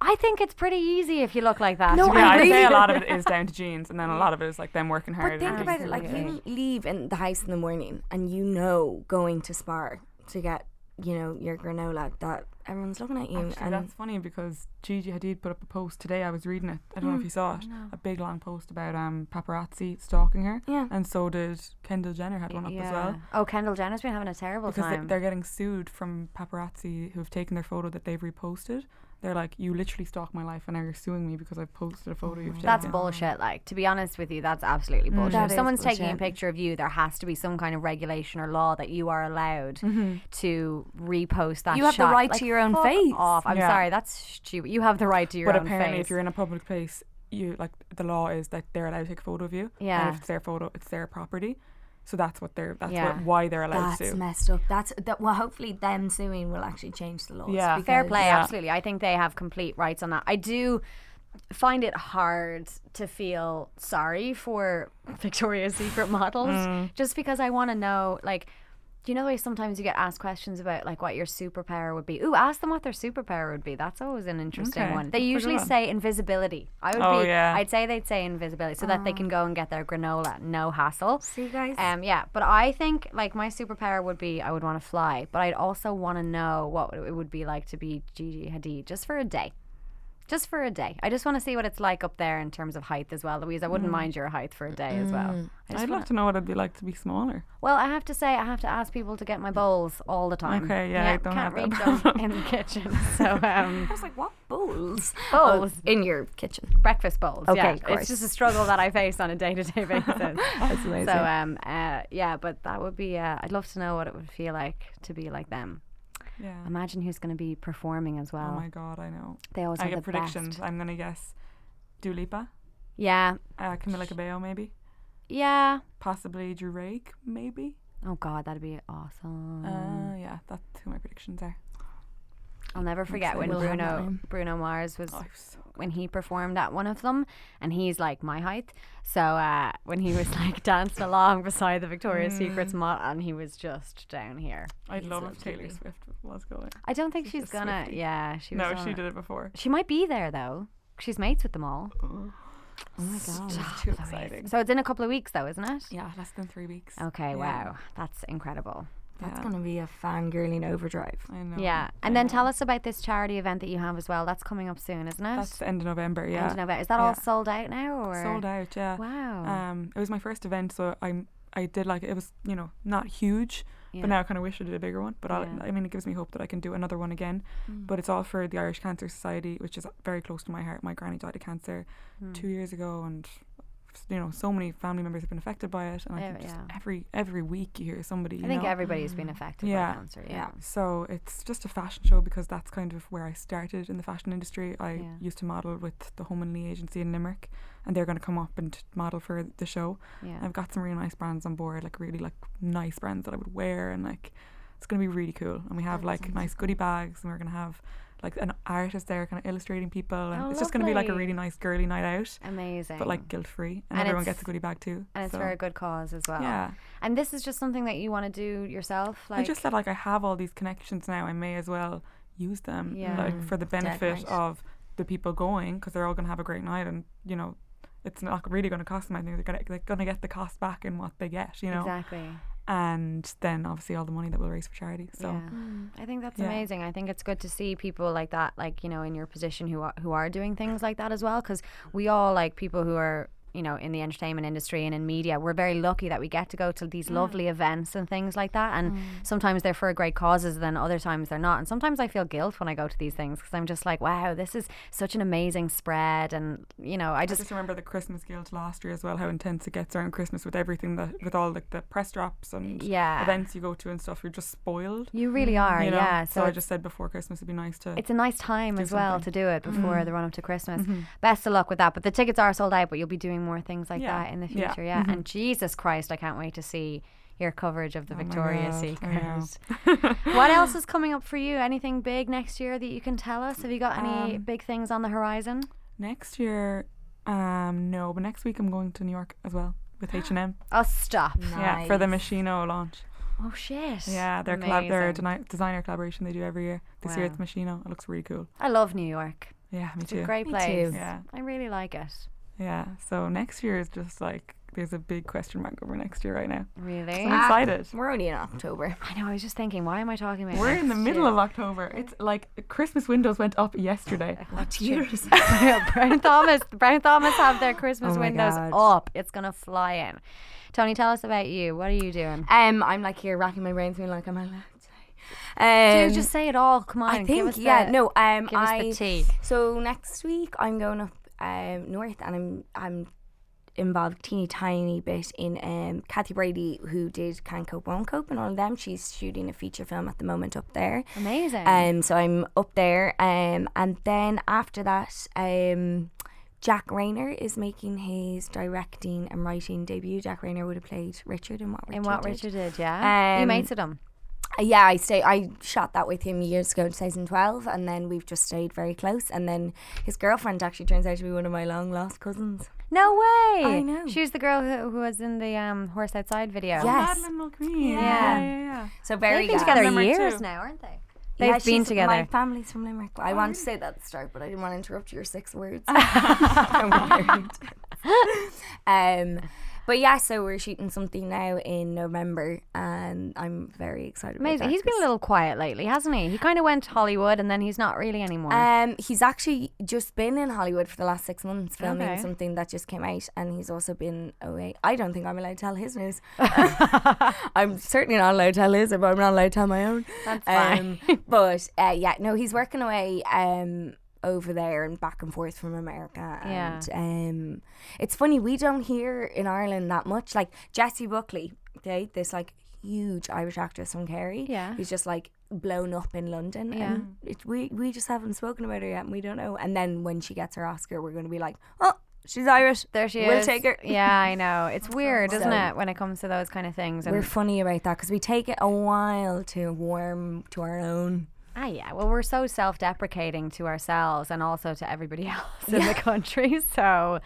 [SPEAKER 1] I think it's pretty easy if you look like that. to be
[SPEAKER 2] Yeah, I'd
[SPEAKER 1] honest.
[SPEAKER 2] say a lot of it is down to genes, and then a lot of it is like them working hard.
[SPEAKER 3] But
[SPEAKER 2] and
[SPEAKER 3] think
[SPEAKER 2] being
[SPEAKER 3] about it, like
[SPEAKER 2] creative.
[SPEAKER 3] you leave in the house in the morning and you know going to Spar to get, you know, your granola that everyone's looking at you
[SPEAKER 2] Actually,
[SPEAKER 3] and
[SPEAKER 2] that's funny because Gigi Hadid put up a post today. I was reading it. I don't know if you saw it. A big long post about um paparazzi stalking her.
[SPEAKER 3] Yeah.
[SPEAKER 2] And so did Kendall Jenner had one up as well.
[SPEAKER 1] Oh, Kendall Jenner's been having a terrible
[SPEAKER 2] Because they,
[SPEAKER 1] time.
[SPEAKER 2] they're getting sued from paparazzi who've taken their photo that they've reposted. They're like, you literally stalked my life, and now you're suing me because I've posted a photo you've taken.
[SPEAKER 1] that's bullshit. Like to be honest with you, that's absolutely bullshit.
[SPEAKER 3] Mm. That
[SPEAKER 1] if
[SPEAKER 3] is
[SPEAKER 1] someone's taking a
[SPEAKER 3] bullshit.
[SPEAKER 1] picture of you, there has to be some kind of regulation or law that you are allowed to repost that.
[SPEAKER 3] Mm-hmm. You have the
[SPEAKER 1] shot.
[SPEAKER 3] right
[SPEAKER 1] Like,
[SPEAKER 3] to your own
[SPEAKER 1] fuck
[SPEAKER 3] face.
[SPEAKER 1] Off. I'm
[SPEAKER 2] Yeah.
[SPEAKER 1] sorry. That's stupid. You have the right to your
[SPEAKER 2] But
[SPEAKER 1] own
[SPEAKER 2] apparently,
[SPEAKER 1] face.
[SPEAKER 2] if you're in a public place, you like the law is that they're allowed to take a photo of you.
[SPEAKER 1] Yeah.
[SPEAKER 2] And if it's their photo, it's their property. So that's what they're. That's
[SPEAKER 1] Yeah.
[SPEAKER 2] what, why they're allowed
[SPEAKER 3] that's
[SPEAKER 2] to.
[SPEAKER 3] messed up. That's that well hopefully them suing will actually change the laws.
[SPEAKER 2] Yeah.
[SPEAKER 1] Fair
[SPEAKER 3] because-
[SPEAKER 1] play, absolutely. I think they have complete rights on that. I do find it hard to feel sorry for Victoria's Secret models
[SPEAKER 2] Mm.
[SPEAKER 1] just because I want to know, like, do you know the way sometimes you get asked questions about like what your superpower would be? Ooh, ask them what their superpower would be. That's always an interesting
[SPEAKER 2] Okay,
[SPEAKER 1] one.
[SPEAKER 2] that's
[SPEAKER 1] They
[SPEAKER 2] a good
[SPEAKER 1] usually
[SPEAKER 2] one.
[SPEAKER 1] say invisibility. I would
[SPEAKER 2] Oh,
[SPEAKER 1] be
[SPEAKER 2] yeah. Ah.
[SPEAKER 1] I'd say they'd say invisibility so that they can go and get their granola, no hassle.
[SPEAKER 3] See guys?
[SPEAKER 1] Um, yeah, but I think like my superpower would be I would want to fly, but I'd also want to know what it would be like to be Gigi Hadid just for a day. Just for a day. I just want to see what it's like up there in terms of height as well, Louise. I wouldn't
[SPEAKER 2] Mm.
[SPEAKER 1] mind your height for a day as well. I just
[SPEAKER 2] I'd
[SPEAKER 1] wanna-
[SPEAKER 2] love to know what it'd be like to be smaller.
[SPEAKER 1] well, I have to say, I have to ask people to get my bowls all the time.
[SPEAKER 2] Okay, yeah, I don't
[SPEAKER 1] can't
[SPEAKER 2] have that
[SPEAKER 1] reach them in the kitchen. So, um,
[SPEAKER 3] I was like, what bowls?
[SPEAKER 1] bowls,
[SPEAKER 3] in your kitchen.
[SPEAKER 1] breakfast bowls.
[SPEAKER 3] Okay,
[SPEAKER 1] yeah.
[SPEAKER 3] of course.
[SPEAKER 1] it's just a struggle that I face on a day-to-day basis.
[SPEAKER 3] That's amazing.
[SPEAKER 1] So um uh, yeah, but that would be uh, I'd love to know what it would feel like to be like them.
[SPEAKER 2] Yeah.
[SPEAKER 1] Imagine who's going to be performing as
[SPEAKER 2] Oh
[SPEAKER 1] well.
[SPEAKER 2] my god, I know.
[SPEAKER 1] they always
[SPEAKER 2] I
[SPEAKER 1] have
[SPEAKER 2] get
[SPEAKER 1] the
[SPEAKER 2] predictions.
[SPEAKER 1] best.
[SPEAKER 2] I'm gonna guess Dua Lipa,
[SPEAKER 1] Yeah,
[SPEAKER 2] uh, Camila Cabello, maybe,
[SPEAKER 1] yeah.
[SPEAKER 2] possibly Drake, maybe.
[SPEAKER 1] Oh god, that'd be awesome.
[SPEAKER 2] Uh,
[SPEAKER 1] Mm.
[SPEAKER 2] yeah, that's who my predictions are.
[SPEAKER 1] I'll never forget when
[SPEAKER 3] we'll have that
[SPEAKER 1] Bruno
[SPEAKER 3] one.
[SPEAKER 1] Bruno Mars was
[SPEAKER 2] Oh, I'm so-
[SPEAKER 1] when he performed at one of them, and he's like my height. So uh, when he was like dancing along beside the Victoria's Secrets
[SPEAKER 2] Mm.
[SPEAKER 1] mod, and he was just down here.
[SPEAKER 2] I'd love if Taylor Swift was going.
[SPEAKER 1] I don't think she's,
[SPEAKER 2] She's a
[SPEAKER 1] gonna.
[SPEAKER 2] Swiftie.
[SPEAKER 1] Yeah, she was.
[SPEAKER 2] No,
[SPEAKER 1] on
[SPEAKER 2] she
[SPEAKER 1] it.
[SPEAKER 2] did it before.
[SPEAKER 1] She might be there though. She's mates with them all.
[SPEAKER 2] Oh my god, it's too exciting.
[SPEAKER 1] So it's in a couple of weeks though, isn't it?
[SPEAKER 2] Yeah, less than three weeks.
[SPEAKER 1] Okay,
[SPEAKER 2] Yeah.
[SPEAKER 1] wow. That's incredible.
[SPEAKER 3] That's gonna be a fangirling overdrive.
[SPEAKER 2] I know.
[SPEAKER 1] Yeah. And then tell us about this charity event that you have as well. That's coming up soon, isn't it?
[SPEAKER 2] That's the end of November. Yeah.
[SPEAKER 1] End of November. Is that all sold out now or
[SPEAKER 2] sold out. Yeah.
[SPEAKER 1] Wow.
[SPEAKER 2] Um, it was my first event, so I'm I did like it was you know not huge,
[SPEAKER 1] Yeah.
[SPEAKER 2] but now I kind of wish I did a bigger one. But
[SPEAKER 1] Yeah. Mm.
[SPEAKER 2] I'll, I mean, it gives me hope that I can do another one again. But it's all for the Irish Cancer Society, which is very close to my heart. My granny died of cancer
[SPEAKER 1] Hmm. Mm.
[SPEAKER 2] two years ago, and you know so many family members have been affected by it. And I
[SPEAKER 1] Yeah,
[SPEAKER 2] think just
[SPEAKER 1] Eh, yeah.
[SPEAKER 2] every every week you hear somebody. You
[SPEAKER 1] I think
[SPEAKER 2] know? Mm.
[SPEAKER 1] everybody's been affected
[SPEAKER 2] Yeah.
[SPEAKER 1] by cancer. Yeah.
[SPEAKER 3] Yeah.
[SPEAKER 2] So it's just a fashion show because that's kind of where I started in the fashion industry. I
[SPEAKER 1] Yeah.
[SPEAKER 2] used to model with the Home and Lee agency in Limerick, and they're going to come up and model for the show.
[SPEAKER 1] Yeah.
[SPEAKER 2] I've got some really nice brands on board, like really like nice brands that I would wear, and like it's going to be really cool. And we have like nice goodie bags, and we're going to have like an artist there, kind of illustrating people, and
[SPEAKER 1] Oh,
[SPEAKER 2] it's just going to be like a
[SPEAKER 1] lovely.
[SPEAKER 2] really nice girly night out,
[SPEAKER 1] Amazing.
[SPEAKER 2] but like guilt free, and,
[SPEAKER 1] And
[SPEAKER 2] everyone
[SPEAKER 1] it's-
[SPEAKER 2] gets a goodie bag too.
[SPEAKER 1] and it's
[SPEAKER 2] so.
[SPEAKER 1] for a good cause as well.
[SPEAKER 2] Yeah.
[SPEAKER 1] And this is just something that you want to do yourself. Like
[SPEAKER 2] I just said like I have all these connections now. I may as well use them
[SPEAKER 1] Yeah.
[SPEAKER 2] like for the benefit
[SPEAKER 3] right.
[SPEAKER 2] of the people going because they're all gonna have a great night and you know it's not really gonna cost them. I think they're gonna they're gonna get the cost back in what they get. You know,
[SPEAKER 1] exactly.
[SPEAKER 2] and then obviously all the money that we'll raise for charity. So
[SPEAKER 1] Yeah. Mm, I think that's
[SPEAKER 2] Yeah.
[SPEAKER 1] amazing. I think it's good to see people like that, like you know, in your position who are, who are doing things like that as well. Because we all like people who are you know in the entertainment industry and in media. We're very lucky that we get to go to these lovely events and things like that. And sometimes they're for great causes, then other times they're not. And sometimes I feel guilt when I go to these things because I'm just like, wow, this is such an amazing spread, and you know, I
[SPEAKER 2] I
[SPEAKER 1] just
[SPEAKER 2] just remember the Christmas guild last year as well, how intense it gets around Christmas with everything that with all like the press drops and
[SPEAKER 1] Yeah.
[SPEAKER 2] events you go to and stuff. You're just spoiled.
[SPEAKER 1] you really are,
[SPEAKER 2] Mm, you know?
[SPEAKER 1] yeah.
[SPEAKER 2] So, I
[SPEAKER 1] it's-
[SPEAKER 2] just said before Christmas it'd be nice to
[SPEAKER 1] it's a nice time
[SPEAKER 2] do
[SPEAKER 1] as well
[SPEAKER 2] something. Mm-hmm.
[SPEAKER 1] to do it before the run up to Christmas. Best of luck with that. But the tickets are sold out, but you'll be doing more things like
[SPEAKER 2] Yeah.
[SPEAKER 1] that in the
[SPEAKER 2] Yeah. Mm-hmm.
[SPEAKER 1] future. Yeah. And Jesus Christ, I can't wait to see your coverage of the
[SPEAKER 2] Oh my
[SPEAKER 1] Victoria's
[SPEAKER 2] God, I
[SPEAKER 1] Secret. what else is coming up for you? Anything big next year that you can tell us? Have you got any
[SPEAKER 2] Um,
[SPEAKER 1] big things on the horizon?
[SPEAKER 2] next year. Um, no, but next week I'm going to New York as well with H and M.
[SPEAKER 1] Oh, stop.
[SPEAKER 2] Yeah, for the Machino launch.
[SPEAKER 1] Oh, shit.
[SPEAKER 2] Yeah, their collab, their
[SPEAKER 1] Amazing.
[SPEAKER 2] deni- designer collaboration they do every year. This year it's Machino. It looks really cool.
[SPEAKER 1] I love New York.
[SPEAKER 2] Yeah, me
[SPEAKER 1] It's
[SPEAKER 2] too.
[SPEAKER 1] a great
[SPEAKER 3] Me
[SPEAKER 1] place.
[SPEAKER 3] too.
[SPEAKER 2] Yeah.
[SPEAKER 1] I really like it.
[SPEAKER 2] Yeah. So next year is just like there's a big question mark over next year right now.
[SPEAKER 1] Really?
[SPEAKER 2] I'm excited.
[SPEAKER 3] We're only in October.
[SPEAKER 1] I know. I was just thinking, why am I talking about
[SPEAKER 2] We're in the
[SPEAKER 1] next
[SPEAKER 2] middle
[SPEAKER 1] year?
[SPEAKER 2] of October. It's like Christmas windows went up yesterday.
[SPEAKER 3] What year is
[SPEAKER 1] Brown Thomas, Brown Thomas have their Christmas
[SPEAKER 3] Oh my
[SPEAKER 1] windows
[SPEAKER 3] God.
[SPEAKER 1] up. It's gonna fly in. Tony, tell us about you. What are you doing?
[SPEAKER 3] Um, I'm like here racking my brains, being like, am I allowed to say? Um,
[SPEAKER 1] Dude, just say it all. Come on,
[SPEAKER 3] I
[SPEAKER 1] give
[SPEAKER 3] think
[SPEAKER 1] us
[SPEAKER 3] yeah.
[SPEAKER 1] the-
[SPEAKER 3] no, um,
[SPEAKER 1] give us the
[SPEAKER 3] I
[SPEAKER 1] tea.
[SPEAKER 3] so next week I'm going up um north and I'm I'm involved teeny tiny bit in um Kathy Brady who did Can Cope Won't Cope and all of them. She's shooting a feature film at the moment up there.
[SPEAKER 1] amazing.
[SPEAKER 3] Um, so I'm up there. Um, and then after that, um, Jack Rayner is making his directing and writing debut. Jack Rayner would have played Richard in what Richard
[SPEAKER 1] in what
[SPEAKER 3] did.
[SPEAKER 1] Richard did, yeah, you
[SPEAKER 3] Um,
[SPEAKER 1] mates with him.
[SPEAKER 3] Uh, Yeah, I stay. I shot that with him years ago, in 2012, and then we've just stayed very close. And then his girlfriend actually turns out to be one of my long lost cousins.
[SPEAKER 1] No way.
[SPEAKER 3] I know.
[SPEAKER 1] She was the girl who, who was in the um, horse outside video.
[SPEAKER 3] Yes.
[SPEAKER 2] Madeline McQueen. Yeah.
[SPEAKER 1] Yeah.
[SPEAKER 2] Yeah, yeah, yeah.
[SPEAKER 3] So
[SPEAKER 1] they've
[SPEAKER 3] very
[SPEAKER 1] been
[SPEAKER 3] good.
[SPEAKER 1] together
[SPEAKER 2] Limerick
[SPEAKER 1] years
[SPEAKER 2] too.
[SPEAKER 1] now, aren't they? They've
[SPEAKER 3] Yeah,
[SPEAKER 1] been
[SPEAKER 3] she's- My
[SPEAKER 1] together.
[SPEAKER 3] family's from Limerick. I wanted to say that at the start, but I didn't want to interrupt your six words. um, but yeah, so we're shooting something now in November, and I'm very excited. about
[SPEAKER 1] Amazing.
[SPEAKER 3] that
[SPEAKER 1] He's been a
[SPEAKER 3] 'cause-
[SPEAKER 1] little quiet lately, hasn't he? He kind of went to Hollywood, and then he's not really anymore.
[SPEAKER 3] Um, he's actually just been in Hollywood for the last six months filming
[SPEAKER 1] Okay.
[SPEAKER 3] something that just came out, and he's also been away. I don't think I'm allowed to tell his news. I'm certainly not allowed to tell his, but I'm not allowed to tell my own. That's
[SPEAKER 1] fine.
[SPEAKER 3] Um, but uh, yeah, no, he's working away um, over there and back and forth from America.
[SPEAKER 1] Yeah.
[SPEAKER 3] And um, it's funny we don't hear in Ireland that much. Like Jessie Buckley, okay, this like huge Irish actress from Kerry.
[SPEAKER 1] Yeah.
[SPEAKER 3] who's just like blown up in London.
[SPEAKER 1] Yeah.
[SPEAKER 3] And it, we we just haven't spoken about her yet, and we don't know. And then when she gets her Oscar, we're going to be like, oh, she's Irish.
[SPEAKER 1] There she
[SPEAKER 3] We'll
[SPEAKER 1] is.
[SPEAKER 3] take her.
[SPEAKER 1] Yeah, I know. It's weird, isn't
[SPEAKER 3] So-
[SPEAKER 1] it, when it comes to those kind of things?
[SPEAKER 3] We're
[SPEAKER 1] And,
[SPEAKER 3] funny about that because we take it a while to warm to our own.
[SPEAKER 1] ah, yeah. Well, we're so self-deprecating to ourselves and also to everybody else in the country. So,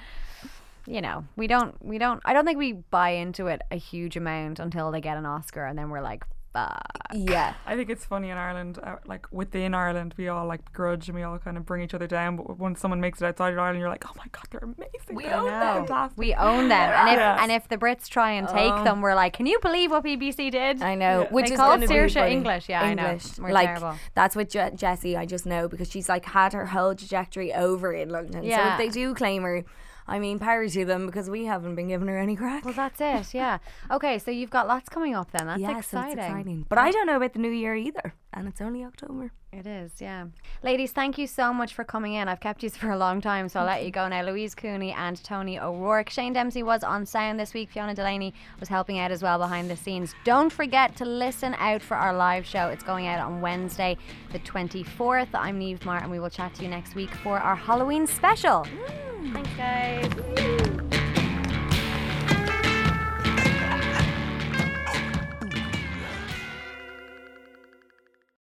[SPEAKER 1] you know, we don't, we don't. I don't think we buy into it a huge amount until they get an Oscar, and then we're like, fuck.
[SPEAKER 3] Yeah.
[SPEAKER 2] I think it's funny in Ireland, uh, like within Ireland, we all like grudge and we all kind of bring each other down. But when someone makes it outside of Ireland, you're like, oh my god, they're amazing. We
[SPEAKER 1] I know.
[SPEAKER 2] Fantastic.
[SPEAKER 1] We own them, and if
[SPEAKER 2] Yes.
[SPEAKER 1] and if the Brits try and take them, we're like, can you believe what BBC did?
[SPEAKER 3] Oh. I know, which
[SPEAKER 1] They
[SPEAKER 3] is
[SPEAKER 1] call
[SPEAKER 3] gonna be
[SPEAKER 1] Saoirse
[SPEAKER 3] funny.
[SPEAKER 1] English. Yeah, I know. We're
[SPEAKER 3] like
[SPEAKER 1] terrible.
[SPEAKER 3] that's what Je- Jessie. I just know because she's like had her whole trajectory over in London.
[SPEAKER 1] Yeah.
[SPEAKER 3] So if they do claim her, I mean, power to them because we haven't been giving her any crack.
[SPEAKER 1] Well, that's it. Yeah. Okay, so you've got lots coming up then. That's
[SPEAKER 3] yeah, so
[SPEAKER 1] exciting.
[SPEAKER 3] it's exciting. But I don't know about the new year either, and it's only October.
[SPEAKER 1] It is, yeah. Ladies, thank you so much for coming in. I've kept you for a long time, so I'll let you go now. Louise Cooney and Tony O'Rourke. Shane Dempsey was on sound this week. Fiona Delaney was helping out as well behind the scenes. Don't forget to listen out for our live show. It's going out on Wednesday, the 24th. I'm Neve Mar, and we will chat to you next week for our Halloween special. Thanks, guys.